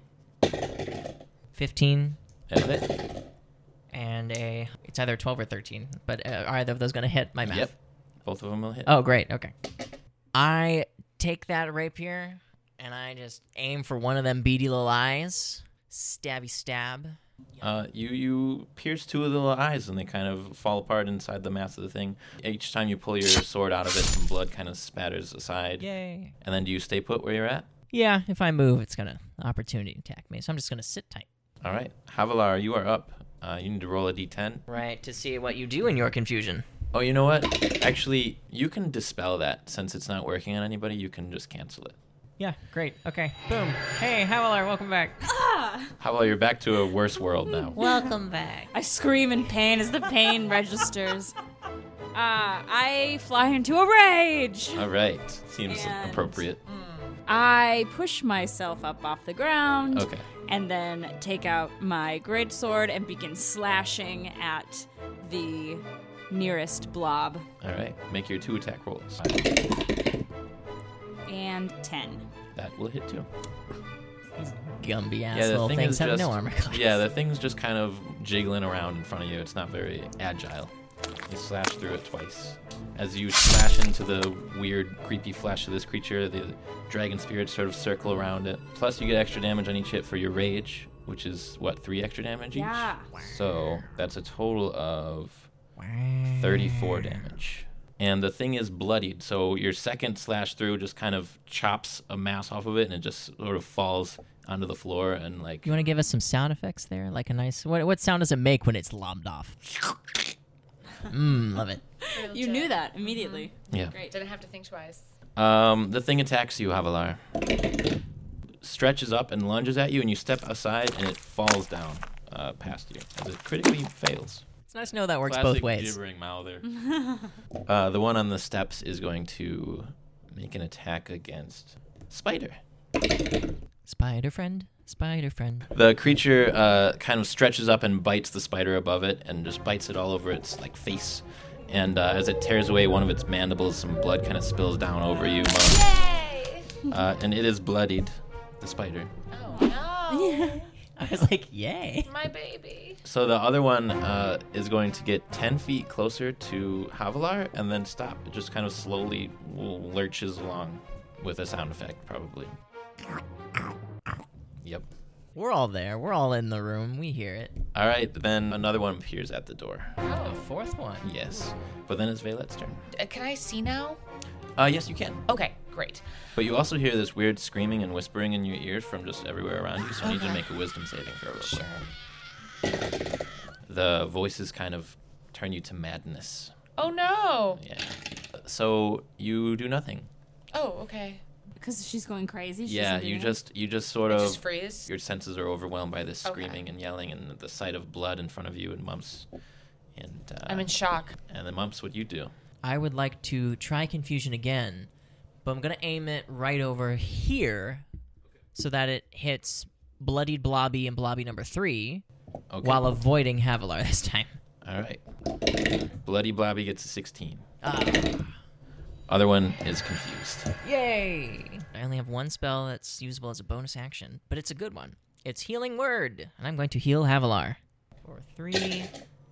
Speaker 4: 15
Speaker 1: Edit it.
Speaker 4: and a. It's either 12 or 13, but uh, are either of those going to hit my math?
Speaker 1: Yep. Both of them will hit.
Speaker 4: Oh, great. Okay. I take that rapier and I just aim for one of them beady little eyes. Stabby stab.
Speaker 1: Uh, you you pierce two of the little eyes and they kind of fall apart inside the mass of the thing. Each time you pull your sword out of it, some blood kind of spatters aside.
Speaker 4: Yay.
Speaker 1: And then do you stay put where you're at?
Speaker 4: Yeah, if I move, it's going to opportunity attack me. So I'm just going to sit tight.
Speaker 1: All right, Havilar, you are up. Uh, you need to roll a d10.
Speaker 4: Right, to see what you do in your confusion.
Speaker 1: Oh, you know what? Actually, you can dispel that since it's not working on anybody. You can just cancel it.
Speaker 4: Yeah, great. Okay. Boom. Hey, Havilar, welcome back.
Speaker 1: Havilar, you're back to a worse world now.
Speaker 9: Welcome back.
Speaker 8: I scream in pain as the pain registers. Uh, I fly into a rage.
Speaker 1: All right, seems
Speaker 8: And-
Speaker 1: appropriate.
Speaker 8: I push myself up off the ground.
Speaker 1: Okay.
Speaker 8: And then take out my great sword and begin slashing at the nearest blob.
Speaker 1: All right, make your two attack rolls.
Speaker 8: And 10.
Speaker 1: That will hit too.
Speaker 4: Gumby ass
Speaker 1: the
Speaker 4: little
Speaker 1: thing
Speaker 4: things
Speaker 1: is
Speaker 4: have no
Speaker 1: just-
Speaker 4: armor class.
Speaker 1: Yeah, the thing's just kind of jiggling around in front of you. It's not very agile. You slash through it twice. As you slash into the weird, creepy flesh of this creature, the dragon spirits sort of circle around it. Plus, you get extra damage on each hit for your rage, which is what three extra damage each.
Speaker 8: Yeah.
Speaker 1: So that's a total of thirty-four damage. And the thing is bloodied, so your second slash through just kind of chops a mass off of it, and it just sort of falls onto the floor and like
Speaker 4: You want to give us some sound effects there? Like a nice. What, what sound does it make when it's lobbed off? Mmm, love it.
Speaker 8: You knew that immediately.
Speaker 1: Yeah.
Speaker 6: Great. Didn't have to think twice.
Speaker 1: Um, the thing attacks you, Havilar. stretches up and lunges at you, and you step aside, and it falls down uh, past you. As it critically fails.
Speaker 4: It's nice to know that works
Speaker 1: Classic
Speaker 4: both ways.
Speaker 1: gibbering mouther. Uh, the one on the steps is going to make an attack against Spider.
Speaker 4: Spider friend, spider friend.
Speaker 1: The creature uh, kind of stretches up and bites the spider above it, and just bites it all over its like face. And uh, as it tears away one of its mandibles, some blood kind of spills down over you. Mom. Uh, and it is bloodied, the spider.
Speaker 6: Oh.
Speaker 4: I was like, yay.
Speaker 6: My baby.
Speaker 1: So the other one uh, is going to get 10 feet closer to Havilar and then stop. It just kind of slowly lurches along with a sound effect, probably. Yep.
Speaker 4: We're all there. We're all in the room. We hear it.
Speaker 1: All right, then another one appears at the door.
Speaker 4: Oh, a fourth one.
Speaker 1: Yes. But then it's Valet's turn.
Speaker 6: Uh, Can I see now?
Speaker 1: Uh, yes, you can.
Speaker 6: Okay, great.
Speaker 1: But you also hear this weird screaming and whispering in your ear from just everywhere around you, so I need you to
Speaker 6: Okay.
Speaker 1: make a wisdom saving throw. Real sure. The voices kind of turn you to madness.
Speaker 6: Oh no.
Speaker 1: Yeah. So you do nothing.
Speaker 6: Oh, okay.
Speaker 8: Because she's going crazy. She
Speaker 1: yeah,
Speaker 8: doesn't do
Speaker 1: you
Speaker 8: that.
Speaker 1: just you just sort of
Speaker 6: just freeze?
Speaker 1: your senses are overwhelmed by this
Speaker 6: Okay.
Speaker 1: screaming and yelling and the sight of blood in front of you and mumps. And uh,
Speaker 4: I'm in
Speaker 6: shock.
Speaker 1: And the mumps, what you do?
Speaker 4: I would like to try confusion again, but I'm gonna aim it right over here, so that it hits bloodied blobby and blobby number three,
Speaker 1: Okay.
Speaker 4: while avoiding Havilar this time.
Speaker 1: All right. Bloody Blobby gets a 16. Other one is confused.
Speaker 4: Yay! I only have one spell that's usable as a bonus action, but it's a good one. It's Healing Word, and I'm going to heal Havilar. For three,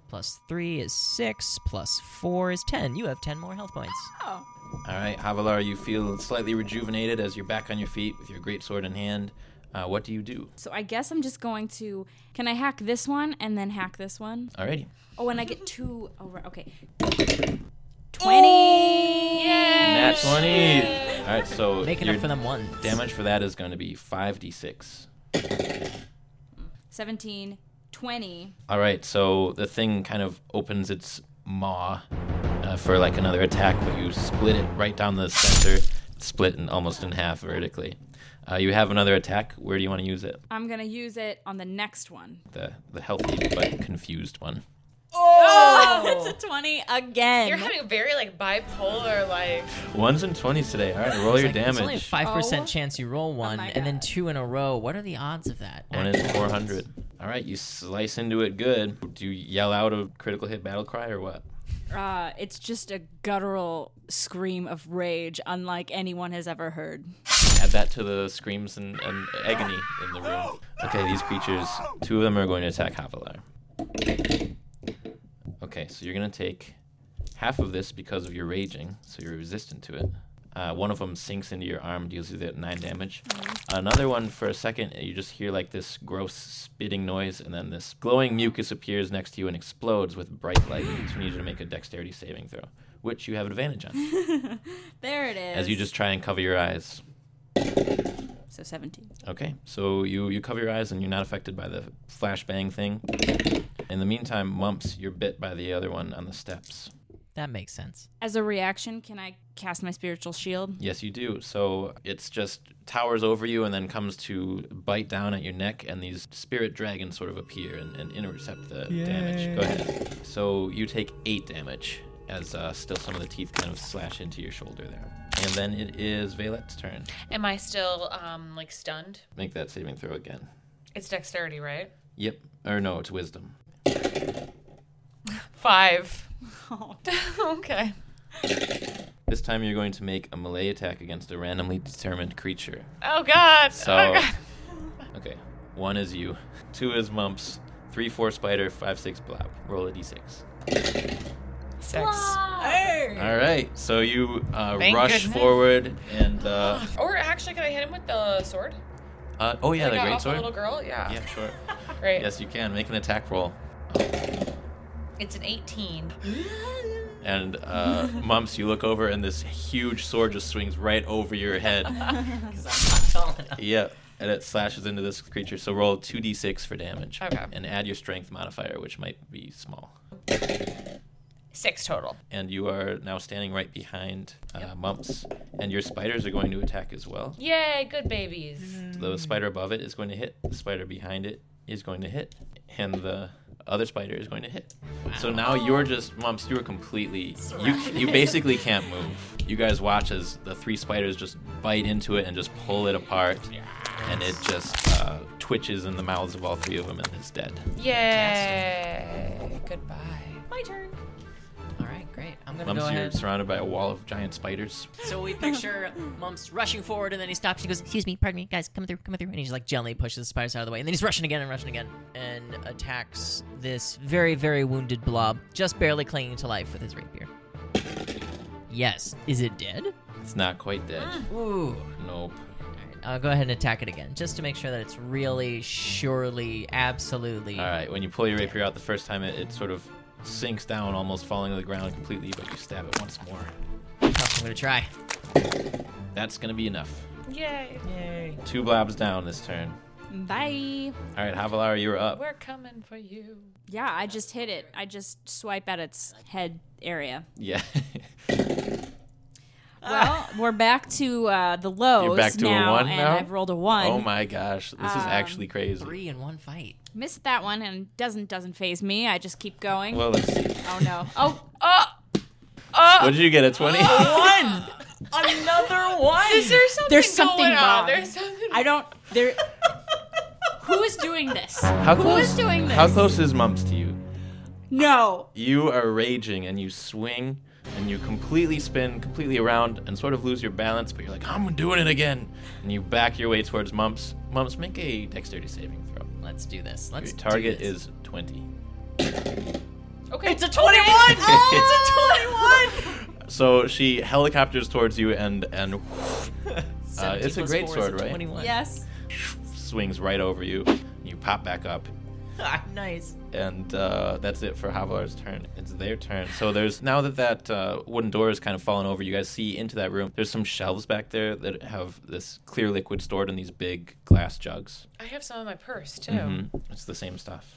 Speaker 4: plus three is six, plus four is ten. You have ten more health points.
Speaker 8: Oh.
Speaker 1: All right, Havilar, you feel slightly rejuvenated as you're back on your feet with your great sword in hand. Uh, what do you do?
Speaker 8: So I guess I'm just going to. Can I hack this one and then hack this one?
Speaker 1: Alrighty.
Speaker 8: Oh, and I get two. Oh, right, okay. 20!
Speaker 1: Nat 20. All right, so
Speaker 4: Making up
Speaker 1: your
Speaker 4: for them once.
Speaker 1: Damage for that is going to be 5d6.
Speaker 8: 17, 20.
Speaker 1: All right, so the thing kind of opens its maw uh, for like another attack, but you split it right down the center, split in almost in half vertically. Uh, you have another attack. Where do you want to use it?
Speaker 8: I'm going to use it on the next one.
Speaker 1: The the healthy but confused one.
Speaker 8: Oh! it's a 20 again.
Speaker 6: You're having a very like bipolar like.
Speaker 1: Ones and twenties today. All right, roll your
Speaker 4: It's only a
Speaker 1: damage.
Speaker 4: five percent chance you roll one, and then two in a row. What are the odds of that?
Speaker 1: One is four hundred. All right, you slice into it good. Do you yell out a critical hit battle cry or what?
Speaker 8: Uh, it's just a guttural scream of rage, unlike anyone has ever heard.
Speaker 1: Add that to the screams and, and agony in the room. Okay, these creatures, two of them are going to attack Havilar. Okay, so you're going to take half of this because of your raging, so you're resistant to it. Uh, one of them sinks into your arm, deals you that nine damage. Another one, for a second, you just hear like this gross spitting noise, and then this glowing mucus appears next to you and explodes with bright light. so we need you to make a dexterity saving throw, which you have advantage on,
Speaker 8: There it is.
Speaker 1: as you just try and cover your eyes.
Speaker 8: So 17.
Speaker 1: Okay, so you, you cover your eyes and you're not affected by the flashbang thing. In the meantime, Mumps, you're bit by the other one on the steps.
Speaker 4: That makes sense.
Speaker 8: As a reaction, can I cast my spiritual shield?
Speaker 1: Yes, you do. So it's just towers over you and then comes to bite down at your neck, and these spirit dragons sort of appear and, and intercept the damage. Go ahead. So you take eight damage as uh, still some of the teeth kind of slash into your shoulder there. And then it is Valet's turn.
Speaker 6: Am I still um like stunned?
Speaker 1: Make that saving throw again.
Speaker 6: It's dexterity, right?
Speaker 1: Yep. Or no, it's wisdom.
Speaker 6: Five. okay.
Speaker 1: This time you're going to make a melee attack against a randomly determined creature.
Speaker 6: Oh god.
Speaker 1: So,
Speaker 6: Oh, God.
Speaker 1: okay, one is you, two is mumps, three four spider, five six blob. Roll a d6.
Speaker 6: Six.
Speaker 1: All right, so you uh,
Speaker 6: Thank
Speaker 1: rush
Speaker 6: goodness.
Speaker 1: forward and uh,
Speaker 6: Or actually, can I hit him with the sword?
Speaker 1: uh, oh yeah,
Speaker 6: Like
Speaker 1: the
Speaker 6: a-
Speaker 1: great
Speaker 6: off a
Speaker 1: sword.
Speaker 6: little girl? Yeah.
Speaker 1: Yeah, sure.
Speaker 6: Great.
Speaker 1: Yes, you can make an attack roll.
Speaker 6: It's an 18.
Speaker 1: And uh, mumps, you look over and this huge sword just swings right over your head. yeah, and it slashes into this creature. So roll two d6 for damage.
Speaker 6: Okay.
Speaker 1: And add your strength modifier, which might be small.
Speaker 6: Six total.
Speaker 1: And you are now standing right behind uh, Mumps, and your spiders are going to attack as well.
Speaker 6: Yay, good babies.
Speaker 1: The spider above it is going to hit. The spider behind it is going to hit, and the other spider is going to hit. So now you're just Mumps. You are completely. You you basically can't move. You guys watch as the three spiders just bite into it and just pull it apart, and it just uh, twitches in the mouths of all three of them and is dead.
Speaker 6: Yay. Goodbye. My turn.
Speaker 4: All right, great. I'm gonna go
Speaker 1: Mumps, you're
Speaker 4: ahead.
Speaker 1: surrounded by a wall of giant spiders.
Speaker 4: So we picture Mumps rushing forward, and then he stops. He goes, "Excuse me, pardon me, guys, come through, come through." And he's like gently pushes the spiders out of the way, and then he's rushing again and rushing again, and attacks this very, very wounded blob, just barely clinging to life with his rapier. Yes, is it dead?
Speaker 1: It's not quite dead.
Speaker 4: Ooh.
Speaker 1: Nope.
Speaker 4: I'll go ahead and attack it again, just to make sure that it's really, surely, absolutely.
Speaker 1: All right, when you pull your rapier out the first time, it, it sort of sinks down, almost falling to the ground completely, but you stab it once more.
Speaker 4: I'm gonna try.
Speaker 1: That's gonna be enough.
Speaker 6: Yay.
Speaker 4: Yay.
Speaker 1: Two blobs down this turn.
Speaker 8: Bye.
Speaker 1: All right, Havalara, you're up.
Speaker 6: We're coming for you.
Speaker 8: Yeah, I just hit it. I just swipe at its head area.
Speaker 1: Yeah.
Speaker 8: Well, we're back to uh, the lows
Speaker 1: You're back to
Speaker 8: now,
Speaker 1: a one
Speaker 8: and
Speaker 1: now?
Speaker 8: I've rolled a one.
Speaker 1: Oh my gosh, this is
Speaker 8: Um,
Speaker 1: actually crazy.
Speaker 4: Three in one fight.
Speaker 8: Missed that one, and doesn't doesn't phase me. I just keep going.
Speaker 1: Well, let's see.
Speaker 8: Oh no. Oh. Oh. Oh.
Speaker 1: What did you get? A 20?
Speaker 4: Oh!
Speaker 8: one.
Speaker 4: Another one.
Speaker 6: Is there something
Speaker 8: There's something
Speaker 6: going on?
Speaker 8: wrong.
Speaker 6: There's something-
Speaker 8: I don't. There. Who is doing this?
Speaker 1: How
Speaker 8: Who
Speaker 1: close?
Speaker 8: is doing this?
Speaker 1: How close is Mumps to you?
Speaker 8: No.
Speaker 1: You are raging and you swing and you completely spin completely around and sort of lose your balance, but you're like, I'm doing it again. And you back your way towards Mumps. Mumps, make a dexterity saving throw.
Speaker 4: Let's do this. Let's
Speaker 1: your
Speaker 4: do
Speaker 1: target
Speaker 4: this.
Speaker 1: is 20.
Speaker 6: Okay.
Speaker 4: It's a 21! it's a 21!
Speaker 1: So she helicopters towards you and and uh,
Speaker 4: 17
Speaker 1: it's a
Speaker 4: plus
Speaker 1: great
Speaker 4: four is
Speaker 1: sword, right?
Speaker 4: 21.
Speaker 8: Yes.
Speaker 1: Swings right over you. You pop back up,
Speaker 4: Ah, nice.
Speaker 1: and uh, that's it for Havalar's turn. It's their turn. So there's now that that uh, wooden door is kind of fallen over. You guys see into that room. There's some shelves back there that have this clear liquid stored in these big glass jugs.
Speaker 6: I have some in my purse too.
Speaker 1: Mhm. It's the same stuff.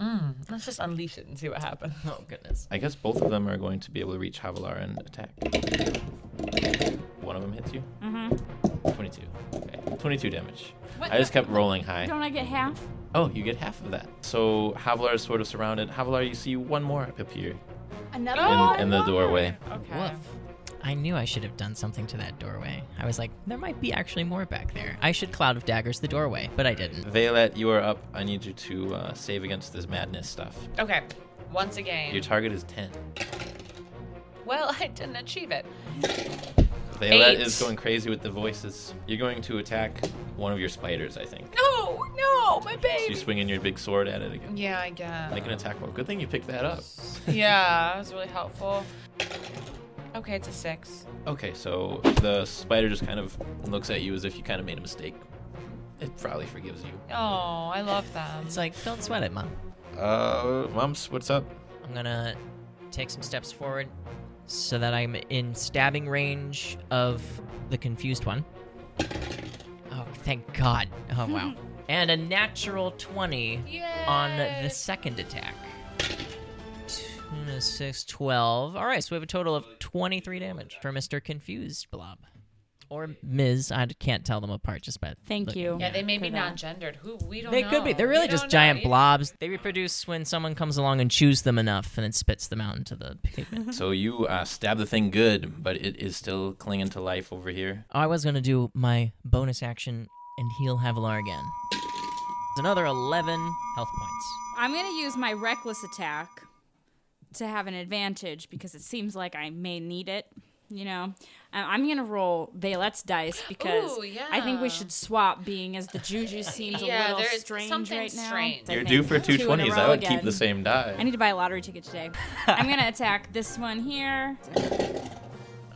Speaker 6: Let's just unleash it and see what happens.
Speaker 4: Oh goodness.
Speaker 1: I guess both of them are going to be able to reach Havalar and attack. One of them hits you. Mm-hmm. Twenty-two. Okay. Twenty-two damage.
Speaker 8: What
Speaker 1: I just
Speaker 8: the-
Speaker 1: kept rolling high.
Speaker 8: Don't I get half?
Speaker 1: Oh, you get half of that. So Havilar is sort of surrounded. Havilar, you see one more appear
Speaker 8: Another
Speaker 1: in,
Speaker 8: one.
Speaker 1: in the doorway.
Speaker 6: Okay.
Speaker 4: I knew I should have done something to that doorway. I was like, there might be actually more back there. I should cloud of daggers the doorway, but I didn't.
Speaker 1: Violet, you are up. I need you to uh, save against this madness stuff.
Speaker 6: Okay. Once again.
Speaker 1: Your target is 10.
Speaker 6: well, I didn't achieve it.
Speaker 1: Violet
Speaker 6: Eight.
Speaker 1: is going crazy with the voices. You're going to attack one of your spiders, I think.
Speaker 6: No, no, my
Speaker 1: So you
Speaker 6: baby.
Speaker 1: swing in your big sword at it again.
Speaker 6: Yeah, I guess.
Speaker 1: Make an attack roll. Good thing you picked that up.
Speaker 6: yeah, that was really helpful. Okay, it's a six.
Speaker 1: Okay, so the spider just kind of looks at you as if you kind of made a mistake. It probably forgives you.
Speaker 6: Oh, I love them.
Speaker 4: It's like, don't sweat it, Mom.
Speaker 1: Uh, Mumps, what's up?
Speaker 4: I'm gonna take some steps forward so that I'm in stabbing range of the confused one. Oh, thank God. Oh, wow. and a natural 20 on the second attack. Two, Six, 12. All right, so we have a total of 23 damage for Mr. Confused Blob. Or Ms. I can't tell them apart just by.
Speaker 8: Thank
Speaker 4: looking.
Speaker 8: you.
Speaker 6: yeah, they may
Speaker 8: For
Speaker 6: be
Speaker 8: that.
Speaker 6: non-gendered. Who we don't.
Speaker 4: They
Speaker 6: know.
Speaker 4: could be. They're
Speaker 6: We
Speaker 4: really just
Speaker 6: don't know.
Speaker 4: giant
Speaker 6: You-
Speaker 4: blobs. They reproduce when someone comes along and chews them enough and then spits them out into the pavement.
Speaker 1: So you uh, stab the thing good, but it is still clinging to life over here.
Speaker 4: I was gonna do my bonus action and heal Havilar again. It's another eleven health points.
Speaker 8: I'm gonna use my reckless attack to have an advantage because it seems like I may need it. You know, um, I'm gonna roll Violet's dice because
Speaker 6: Ooh, yeah.
Speaker 8: I think we should swap. Being as the juju seems
Speaker 6: Yeah,
Speaker 8: a little
Speaker 6: there's
Speaker 8: strange
Speaker 6: something
Speaker 8: right now.
Speaker 6: strange.
Speaker 8: I
Speaker 1: You're
Speaker 8: think
Speaker 1: due for two
Speaker 8: in a
Speaker 1: twenties. I
Speaker 8: row
Speaker 1: would keep
Speaker 8: again.
Speaker 1: the same
Speaker 8: I
Speaker 1: die.
Speaker 8: need to buy a lottery ticket today. I'm gonna attack this one here.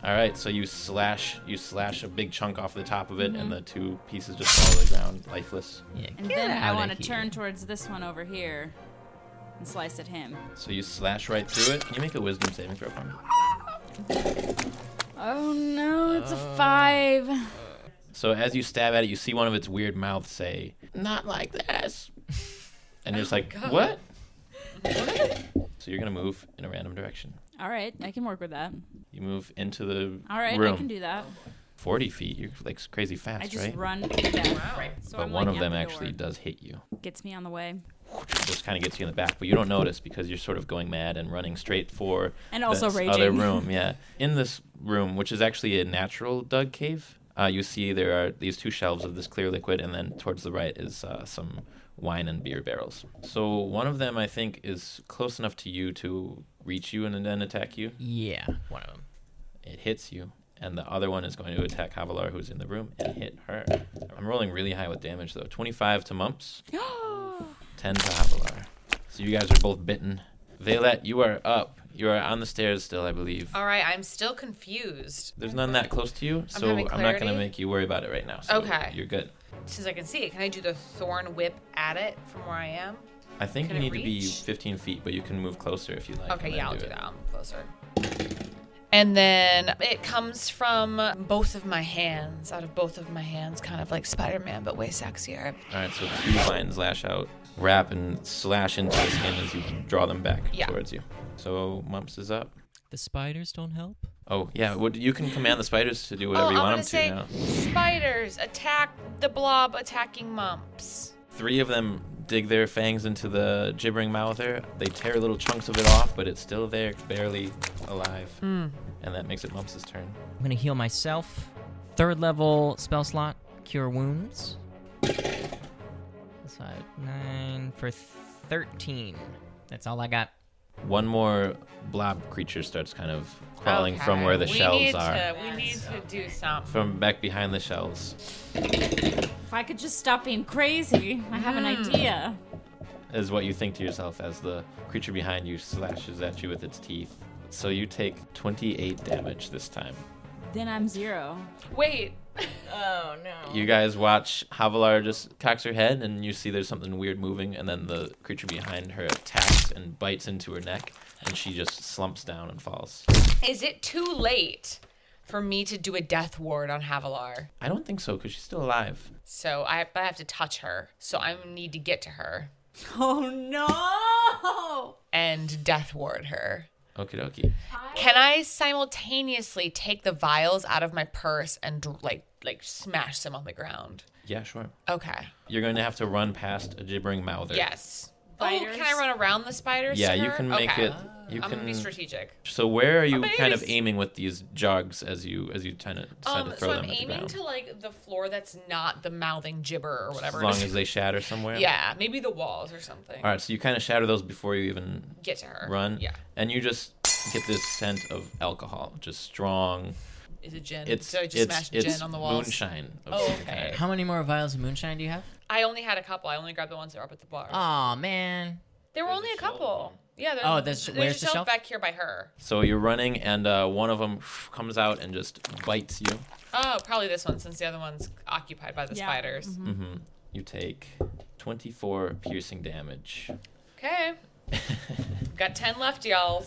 Speaker 1: All right, so you slash, you slash a big chunk off the top of it,
Speaker 8: Mm-hmm.
Speaker 1: and the two pieces just fall to the ground, lifeless.
Speaker 4: Yeah,
Speaker 8: And
Speaker 4: get
Speaker 8: then I
Speaker 4: outta
Speaker 8: want to
Speaker 4: here.
Speaker 8: turn towards this one over here and slice at him.
Speaker 1: So you slash right through it. Can you make a wisdom saving throw for me?
Speaker 8: Oh no, it's
Speaker 1: Uh.
Speaker 8: a five.
Speaker 1: So as you stab at it, you see one of its weird mouths say, "Not like this," and you're just like, "What?" So you're gonna move in a random direction.
Speaker 8: All right, I can work with that.
Speaker 1: You move into the
Speaker 8: All right,
Speaker 1: room.
Speaker 8: I can do that.
Speaker 1: 40 feet. You're like crazy fast,
Speaker 8: I just
Speaker 1: right?
Speaker 8: run. Yeah, right. So
Speaker 1: but
Speaker 8: I'm
Speaker 1: one
Speaker 8: like
Speaker 1: of
Speaker 8: out
Speaker 1: them
Speaker 8: the
Speaker 1: actually
Speaker 8: door.
Speaker 1: does hit you.
Speaker 8: gets me on the way,
Speaker 1: Just kind of gets you in the back, but you don't notice because you're sort of going mad and running straight for
Speaker 8: And also
Speaker 1: this
Speaker 8: raging.
Speaker 1: other room. Yeah, in this room, which is actually a natural dug cave, uh, you see there are these two shelves of this clear liquid, and then towards the right is uh, some wine and beer barrels. So one of them, I think, is close enough to you to reach you and then attack you.
Speaker 4: Yeah, one of them.
Speaker 1: It hits you, and the other one is going to attack Havilar, who's in the room, and hit her. I'm rolling really high with damage though. 25 to Mumps, 10 to Havilar. So you guys are both bitten. Valet, you are up. You are on the stairs still, I believe.
Speaker 6: All right, I'm still confused.
Speaker 1: There's none that close to you, so
Speaker 6: having
Speaker 1: I'm not gonna
Speaker 6: clarity. make
Speaker 1: you worry about it right now. So
Speaker 6: Okay.
Speaker 1: You're good.
Speaker 6: Since I can see it, can I do the thorn whip at it from where I am?
Speaker 1: I think
Speaker 6: Can
Speaker 1: you
Speaker 6: it
Speaker 1: need to be 15 feet, but you can move closer if you like.
Speaker 6: okay,
Speaker 1: and then
Speaker 6: yeah, I'll do
Speaker 1: it.
Speaker 6: that. I'm closer. And then it comes from both of my hands, out of both of my hands, kind of like Spider Man, but way sexier.
Speaker 1: All right, so two vines lash out, wrap and slash into the skin as you draw them back
Speaker 6: Yeah.
Speaker 1: towards you. So Mumps is up.
Speaker 4: The spiders don't help.
Speaker 1: Oh yeah, what, you can command the spiders to do whatever
Speaker 6: oh,
Speaker 1: you
Speaker 6: I'm
Speaker 1: want
Speaker 6: gonna
Speaker 1: them
Speaker 6: say
Speaker 1: to now.
Speaker 6: spiders attack the blob attacking mumps.
Speaker 1: Three of them dig their fangs into the gibbering mouther. They tear little chunks of it off, but it's still there, barely alive.
Speaker 6: Hmm.
Speaker 4: Mm.
Speaker 1: And that makes it Mumps' turn.
Speaker 4: I'm gonna heal myself. Third level spell slot, cure wounds. That's five, nine for thirteen. That's all I got.
Speaker 1: One more blob creature starts kind of crawling from
Speaker 6: Okay,
Speaker 1: where the
Speaker 6: we
Speaker 1: shelves
Speaker 6: need
Speaker 1: are.
Speaker 6: To, we need to do something.
Speaker 1: From back behind the shelves
Speaker 8: If I could just stop being crazy, I have an idea.
Speaker 1: is what you think to yourself as the creature behind you slashes at you with its teeth. So you take 28 damage this time.
Speaker 8: Then I'm zero.
Speaker 6: Wait.
Speaker 4: Oh no.
Speaker 1: You guys watch Havilar just cocks her head, and you see there's something weird moving, and then the creature behind her attacks and bites into her neck, and she just slumps down and falls.
Speaker 6: Is it too late for me to do a death ward on Havilar?
Speaker 1: I don't think so, because she's still alive.
Speaker 6: So I, but I have to touch her. So I need to get to her
Speaker 8: Oh no!
Speaker 6: and death ward her.
Speaker 1: Okie dokie.
Speaker 6: Can I simultaneously take the vials out of my purse and dr- like like smash them on the ground?
Speaker 1: Yeah, sure.
Speaker 6: Okay.
Speaker 1: You're going to have to run past a gibbering mouther.
Speaker 6: Yes. Oh, can I run around the spiders? to
Speaker 1: Yeah, you
Speaker 6: her?
Speaker 1: can make
Speaker 6: Okay.
Speaker 1: it. You
Speaker 6: I'm
Speaker 1: can
Speaker 6: gonna be strategic.
Speaker 1: So where are you
Speaker 6: Oh,
Speaker 1: kind of
Speaker 6: babies.
Speaker 1: aiming with these jogs as you as you try to, decide
Speaker 6: Um,
Speaker 1: to throw
Speaker 6: so
Speaker 1: them
Speaker 6: I'm
Speaker 1: at the
Speaker 6: aiming
Speaker 1: ground?
Speaker 6: to like the floor that's not the mouthing gibber or whatever.
Speaker 1: as
Speaker 6: it
Speaker 1: long
Speaker 6: is.
Speaker 1: as they shatter somewhere.
Speaker 6: Yeah, maybe the walls or something.
Speaker 1: All right, so you kind of shatter those before you even
Speaker 6: Get to her.
Speaker 1: Run.
Speaker 6: Yeah.
Speaker 1: And you just get this scent of alcohol, just strong.
Speaker 6: Is it gin?
Speaker 1: It's
Speaker 6: Did I just
Speaker 1: it's,
Speaker 6: smash
Speaker 1: it's
Speaker 6: gin on the walls?
Speaker 1: moonshine. Of
Speaker 6: Oh,
Speaker 1: some
Speaker 6: okay.
Speaker 1: kind.
Speaker 4: How many more vials of moonshine do you have?
Speaker 6: I only had a couple. I only grabbed the ones that were up at the bar.
Speaker 4: Aw man.
Speaker 6: there were only a couple. Yeah. there-
Speaker 4: Oh, there's- where's the
Speaker 6: a shelf
Speaker 4: shelf?
Speaker 6: back here by her.
Speaker 1: So you're running, and uh, one of them comes out and just bites you.
Speaker 6: Oh, probably this one since the other one's occupied by the
Speaker 8: Yeah.
Speaker 6: spiders.
Speaker 4: Mm-hmm.
Speaker 1: hmm You take 24 piercing damage.
Speaker 6: Okay. Got ten left, y'all.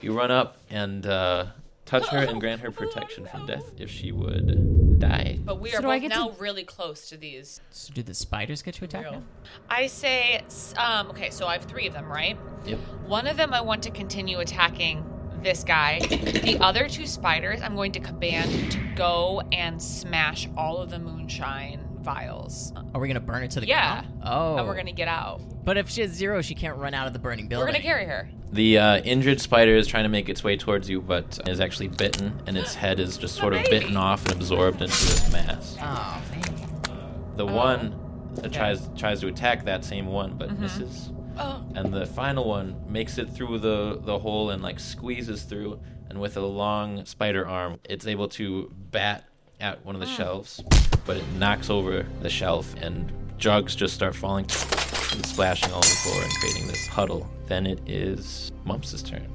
Speaker 1: You run up and uh, touch her and grant
Speaker 6: Oh,
Speaker 1: her protection from death if she would die.
Speaker 6: But we
Speaker 4: So
Speaker 6: are
Speaker 4: do I
Speaker 6: both
Speaker 4: get
Speaker 6: now
Speaker 4: to-
Speaker 6: really close to these.
Speaker 4: So do the spiders get to attack now?
Speaker 6: I say, um, okay, so I have three of them, right?
Speaker 1: Yep.
Speaker 6: One of them I want to continue attacking this guy. The other two spiders I'm going to command to go and smash all of the moonshine vials.
Speaker 4: Are we gonna burn it to the
Speaker 6: yeah.
Speaker 4: ground? Oh.
Speaker 6: And we're gonna get out.
Speaker 4: But if she has zero, she can't run out of the burning building.
Speaker 6: We're gonna carry her.
Speaker 1: The uh, injured spider is trying to make its way towards you, but is actually bitten, and its head is just sort of bitten off and absorbed into this mass.
Speaker 4: Oh man. Oh.
Speaker 1: The one that tries tries to attack that same one, but
Speaker 6: Mhm.
Speaker 4: Mm-hmm.
Speaker 1: misses.
Speaker 6: Oh.
Speaker 1: And the final one makes it through the the hole and like squeezes through, and with a long spider arm, it's able to bat at one of the
Speaker 8: Ah.
Speaker 1: shelves, but it knocks over the shelf, and jugs just start falling, and splashing all over the floor and creating this huddle. Then it is Mumps' turn.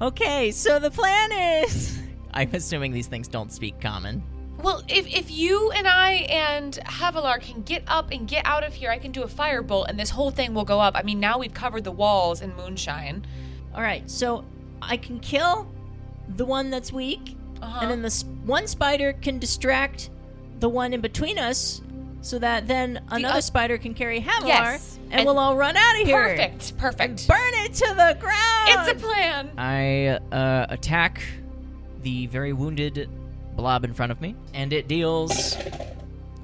Speaker 4: Okay, so the plan is. I'm assuming these things don't speak common.
Speaker 6: Well, if, if you and I and Havilar can get up and get out of here, I can do a firebolt and this whole thing will go up. I mean, now we've covered the walls in moonshine.
Speaker 9: All right, so I can kill the one that's weak, and then the s- one spider can distract the one in between us, so that then another spider can carry Havilar,
Speaker 5: Yes.
Speaker 9: and, we'll all run out of here.
Speaker 6: Perfect, perfect.
Speaker 9: Burn it to the ground.
Speaker 6: It's a plan.
Speaker 4: I uh, attack the very wounded blob in front of me, and it deals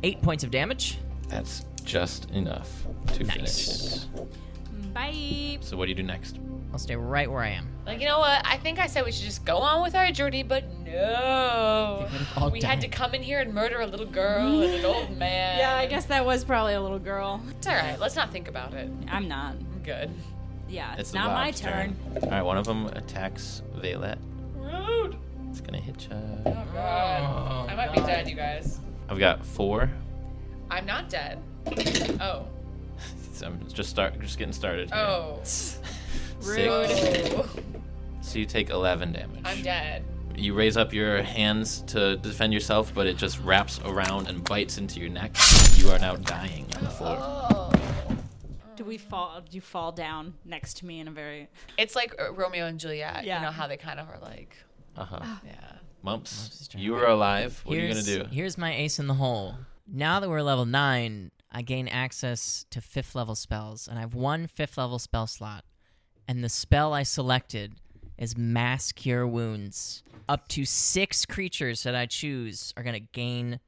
Speaker 4: eight points of damage.
Speaker 1: That's just enough to
Speaker 4: Nice.
Speaker 1: finish it.
Speaker 8: Bye.
Speaker 1: So what do you do next?
Speaker 4: I'll stay right where I am.
Speaker 6: Like, you know what? I think I said we should just go on with our journey, but no.
Speaker 4: all
Speaker 6: We had to come in here and murder a little girl and an old man.
Speaker 8: Yeah, I guess that was probably a little girl.
Speaker 6: It's all right. Let's not think about it.
Speaker 8: I'm not.
Speaker 6: Good.
Speaker 8: Yeah, it's,
Speaker 1: the
Speaker 8: not my
Speaker 1: lob's
Speaker 8: turn.
Speaker 1: All right, one of them attacks Valet.
Speaker 6: Rude.
Speaker 1: It's gonna hit you.
Speaker 6: Oh, God. I might be dead, you guys.
Speaker 1: I've got four.
Speaker 6: I'm not dead. Oh.
Speaker 1: So I'm just start, just getting started. here.
Speaker 6: Oh.
Speaker 1: Six.
Speaker 6: Rude.
Speaker 1: So you take eleven damage.
Speaker 6: I'm dead.
Speaker 1: You raise up your hands to defend yourself, but it just wraps around and bites into your neck. You are now dying on the floor.
Speaker 6: Oh.
Speaker 8: Do we fall? Do you fall down next to me in a very?
Speaker 6: It's like uh, Romeo and Juliet.
Speaker 8: Yeah.
Speaker 6: You know how they kind of are like.
Speaker 1: Uh huh.
Speaker 6: Yeah.
Speaker 1: Mumps, you are alive. What
Speaker 4: here's,
Speaker 1: are you gonna do?
Speaker 4: Here's my ace in the hole. Now that we're level nine, I gain access to fifth level spells, and I have one fifth level spell slot. And the spell I selected is Mass Cure Wounds. Up to six creatures that I choose are going to gain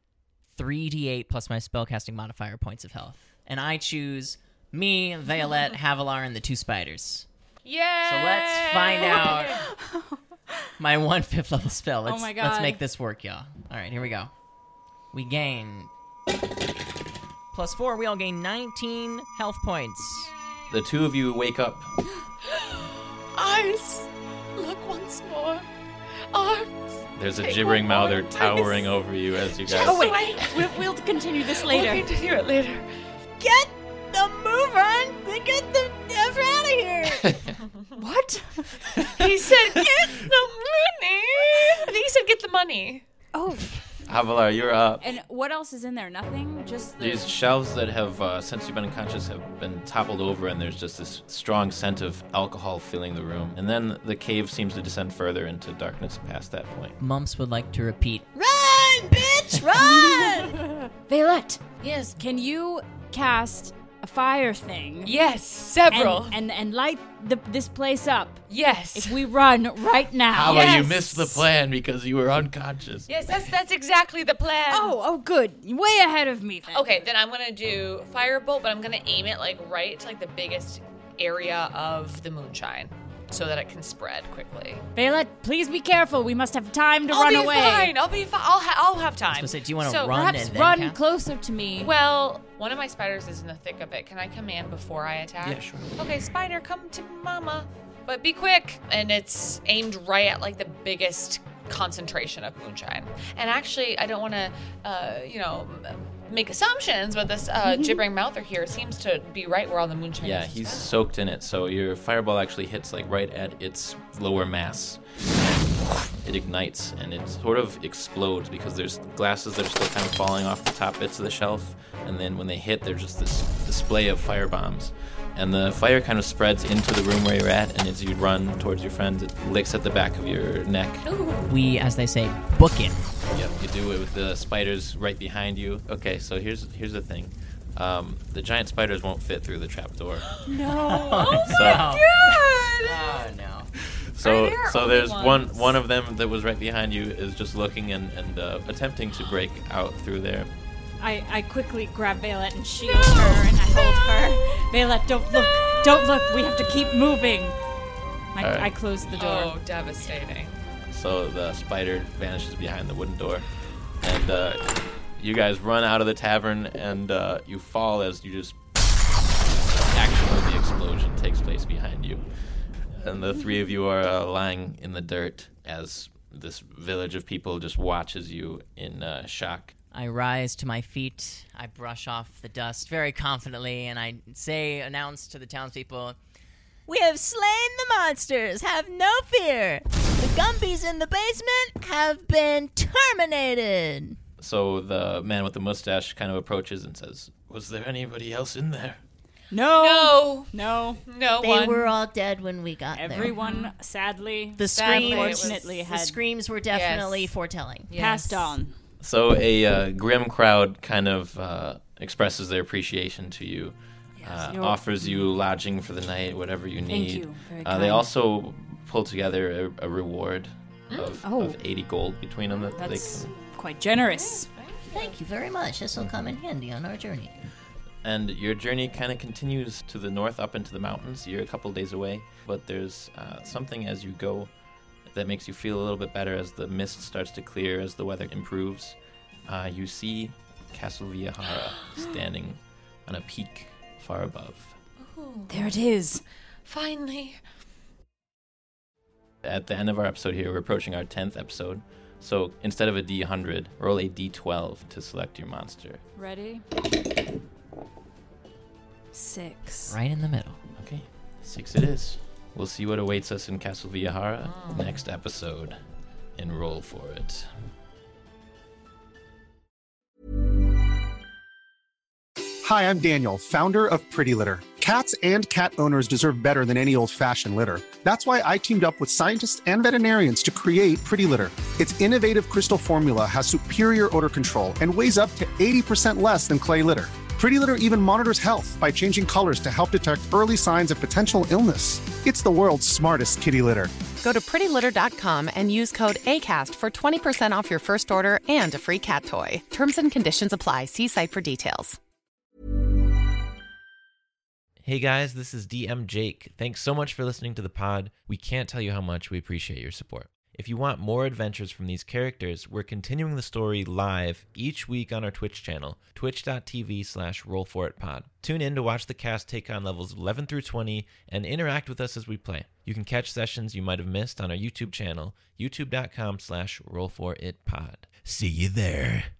Speaker 4: 3d8 plus my spellcasting modifier points of health. And I choose me, Violet, Havilar, and the two spiders.
Speaker 6: Yeah.
Speaker 4: So let's find out my one fifth level spell. Let's,
Speaker 8: Oh my
Speaker 4: let's
Speaker 8: God.
Speaker 4: make this work, y'all. All right, here we go. We gain plus four. We all gain 19 health points.
Speaker 1: The two of you wake up.
Speaker 6: Eyes. Look once more. Arms.
Speaker 1: There's a
Speaker 6: Take
Speaker 1: gibbering
Speaker 6: one more
Speaker 1: mouther
Speaker 6: place.
Speaker 1: towering over you as you guys.
Speaker 8: Oh wait, we'll, we'll continue this later.
Speaker 6: We'll continue it later.
Speaker 9: Get the move on. Get the ever out of here.
Speaker 8: What?
Speaker 6: He said, "Get the money." I think he said, "Get the money."
Speaker 8: Oh,
Speaker 1: Avalar, you're up.
Speaker 8: and what else is in there? Nothing. Just the.
Speaker 1: These shelves that have, uh, since you've been unconscious, have been toppled over, and there's just this strong scent of alcohol filling the room. And then the cave seems to descend further into darkness past that point.
Speaker 4: Mumps would like to repeat.
Speaker 9: Run, bitch, run!
Speaker 8: Valet,
Speaker 6: Yes.
Speaker 8: can you cast a fire thing?
Speaker 6: Yes.
Speaker 8: And,
Speaker 6: Several.
Speaker 8: and and light the, this place up.
Speaker 6: yes.
Speaker 8: If we run right now.
Speaker 1: Avalar, Ah, you missed the plan because you were unconscious.
Speaker 6: Yes, that's that's exactly the plan.
Speaker 8: Oh, oh, good. Way ahead of me. Then.
Speaker 6: Okay, then I'm gonna do firebolt, but I'm gonna aim it like right to like the biggest area of the moonshine, so that it can spread quickly.
Speaker 8: Valet, please be careful. We must have time to
Speaker 6: I'll
Speaker 8: run
Speaker 6: be
Speaker 8: away.
Speaker 6: fine. I'll be fine. I'll, ha- I'll have time.
Speaker 4: I was gonna say, do you wanna
Speaker 6: So
Speaker 4: run
Speaker 8: Perhaps
Speaker 4: and then
Speaker 8: run
Speaker 4: count?
Speaker 8: closer to me.
Speaker 6: Well, one of my spiders is in the thick of it. Can I command before I attack?
Speaker 1: Yeah, sure.
Speaker 6: Okay, spider, come to mama, but be quick. And it's aimed right at like the biggest concentration of moonshine. And actually, I don't want to, uh, you know, m- make assumptions, but this uh,
Speaker 11: Mm-hmm.
Speaker 6: gibbering mouther here seems to be right where all the moonshine
Speaker 1: Yeah,
Speaker 6: is.
Speaker 1: he's soaked in it, so your fireball actually hits like right at its lower mass. It ignites and it sort of explodes because there's glasses that are still kind of falling off the top bits of the shelf, and then when they hit, there's just this display of fire bombs. And the fire kind of spreads into the room where you're at, and as you run towards your friends, it licks at the back of your neck.
Speaker 4: We, as they say, book it.
Speaker 1: Yep, you do it with the spiders right behind you. Okay, so here's here's the thing. Um, the giant spiders won't fit through the trapdoor.
Speaker 4: Oh,
Speaker 1: So-
Speaker 4: Oh, no.
Speaker 1: So,
Speaker 6: there
Speaker 1: so
Speaker 6: only
Speaker 1: there's one
Speaker 6: ones?
Speaker 1: one of them that was right behind you is just looking and, and uh, attempting to break out through there.
Speaker 8: I, I quickly grab Valet and shield her and I hold her. Valet, don't look. Don't look. We have to keep moving. I,
Speaker 1: Alright.
Speaker 8: I close the door.
Speaker 6: Oh, devastating.
Speaker 1: So the spider vanishes behind the wooden door, and uh, you guys run out of the tavern and uh, you fall as you just action of the explosion takes place behind you, and the three of you are uh, lying in the dirt as this village of people just watches you in uh, shock.
Speaker 4: I rise to my feet. I brush off the dust very confidently, and I say, announce to the townspeople,
Speaker 9: We have slain the monsters. Have no fear. The Gumbies in the basement have been terminated.
Speaker 1: So the man with the mustache kind of approaches and says, "Was there anybody else in there?"
Speaker 8: No.
Speaker 6: No,
Speaker 8: No.
Speaker 6: no
Speaker 9: They
Speaker 6: one.
Speaker 9: were all dead when we got there.
Speaker 8: Everyone, sadly,
Speaker 9: The
Speaker 6: Sadly,
Speaker 9: screams,
Speaker 6: it was-
Speaker 8: fortunately,
Speaker 9: the
Speaker 8: had
Speaker 9: screams were definitely
Speaker 6: Yes.
Speaker 9: foretelling.
Speaker 6: Yes.
Speaker 8: passed on.
Speaker 1: So a uh, grim crowd kind of uh, expresses their appreciation to you, uh,
Speaker 12: you're-
Speaker 1: offers you lodging for the night, whatever you
Speaker 12: Thank
Speaker 1: need.
Speaker 12: you. Very
Speaker 1: Uh, they
Speaker 12: kind.
Speaker 1: also pull together a, a reward of,
Speaker 8: Oh.
Speaker 1: of 80 gold between them that
Speaker 8: That's
Speaker 1: they can.
Speaker 8: quite generous.
Speaker 9: Thank you very much. This will come in handy on our journey.
Speaker 1: And your journey kind of continues to the north up into the mountains. You're a couple days away, but there's uh, something as you go that makes you feel a little bit better as the mist starts to clear, as the weather improves. Uh, you see Castle Villahara standing on a peak far above.
Speaker 8: There it is.
Speaker 6: Finally.
Speaker 1: At the end of our episode here, we're approaching our 10th episode. So instead of a D100, roll a D12 to select your monster.
Speaker 8: Ready? Six.
Speaker 1: Right in the middle. Okay. Six it is. We'll see what awaits us in Castle Villahara next episode and roll for it.
Speaker 2: Hi, I'm Daniel, founder of Pretty Litter. Cats and cat owners deserve better than any old fashioned litter. That's why I teamed up with scientists and veterinarians to create Pretty Litter. Its innovative crystal formula has superior odor control and weighs up to 80% less than clay litter. Pretty Litter even monitors health by changing colors to help detect early signs of potential illness. It's the world's smartest kitty litter.
Speaker 11: Go to prettylitter.com and use code ACAST for 20% off your first order and a free cat toy. Terms and conditions apply. See site for details.
Speaker 13: Hey guys, this is DM Jake. Thanks so much for listening to the pod. We can't tell you how much we appreciate your support. If you want more adventures from these characters, we're continuing the story live each week on our Twitch channel, twitch.tv slash rollforitpod. Tune in to watch the cast take on levels 11 through 20 and interact with us as we play. You can catch sessions you might have missed on our YouTube channel, youtube.com slash rollforitpod. See you there.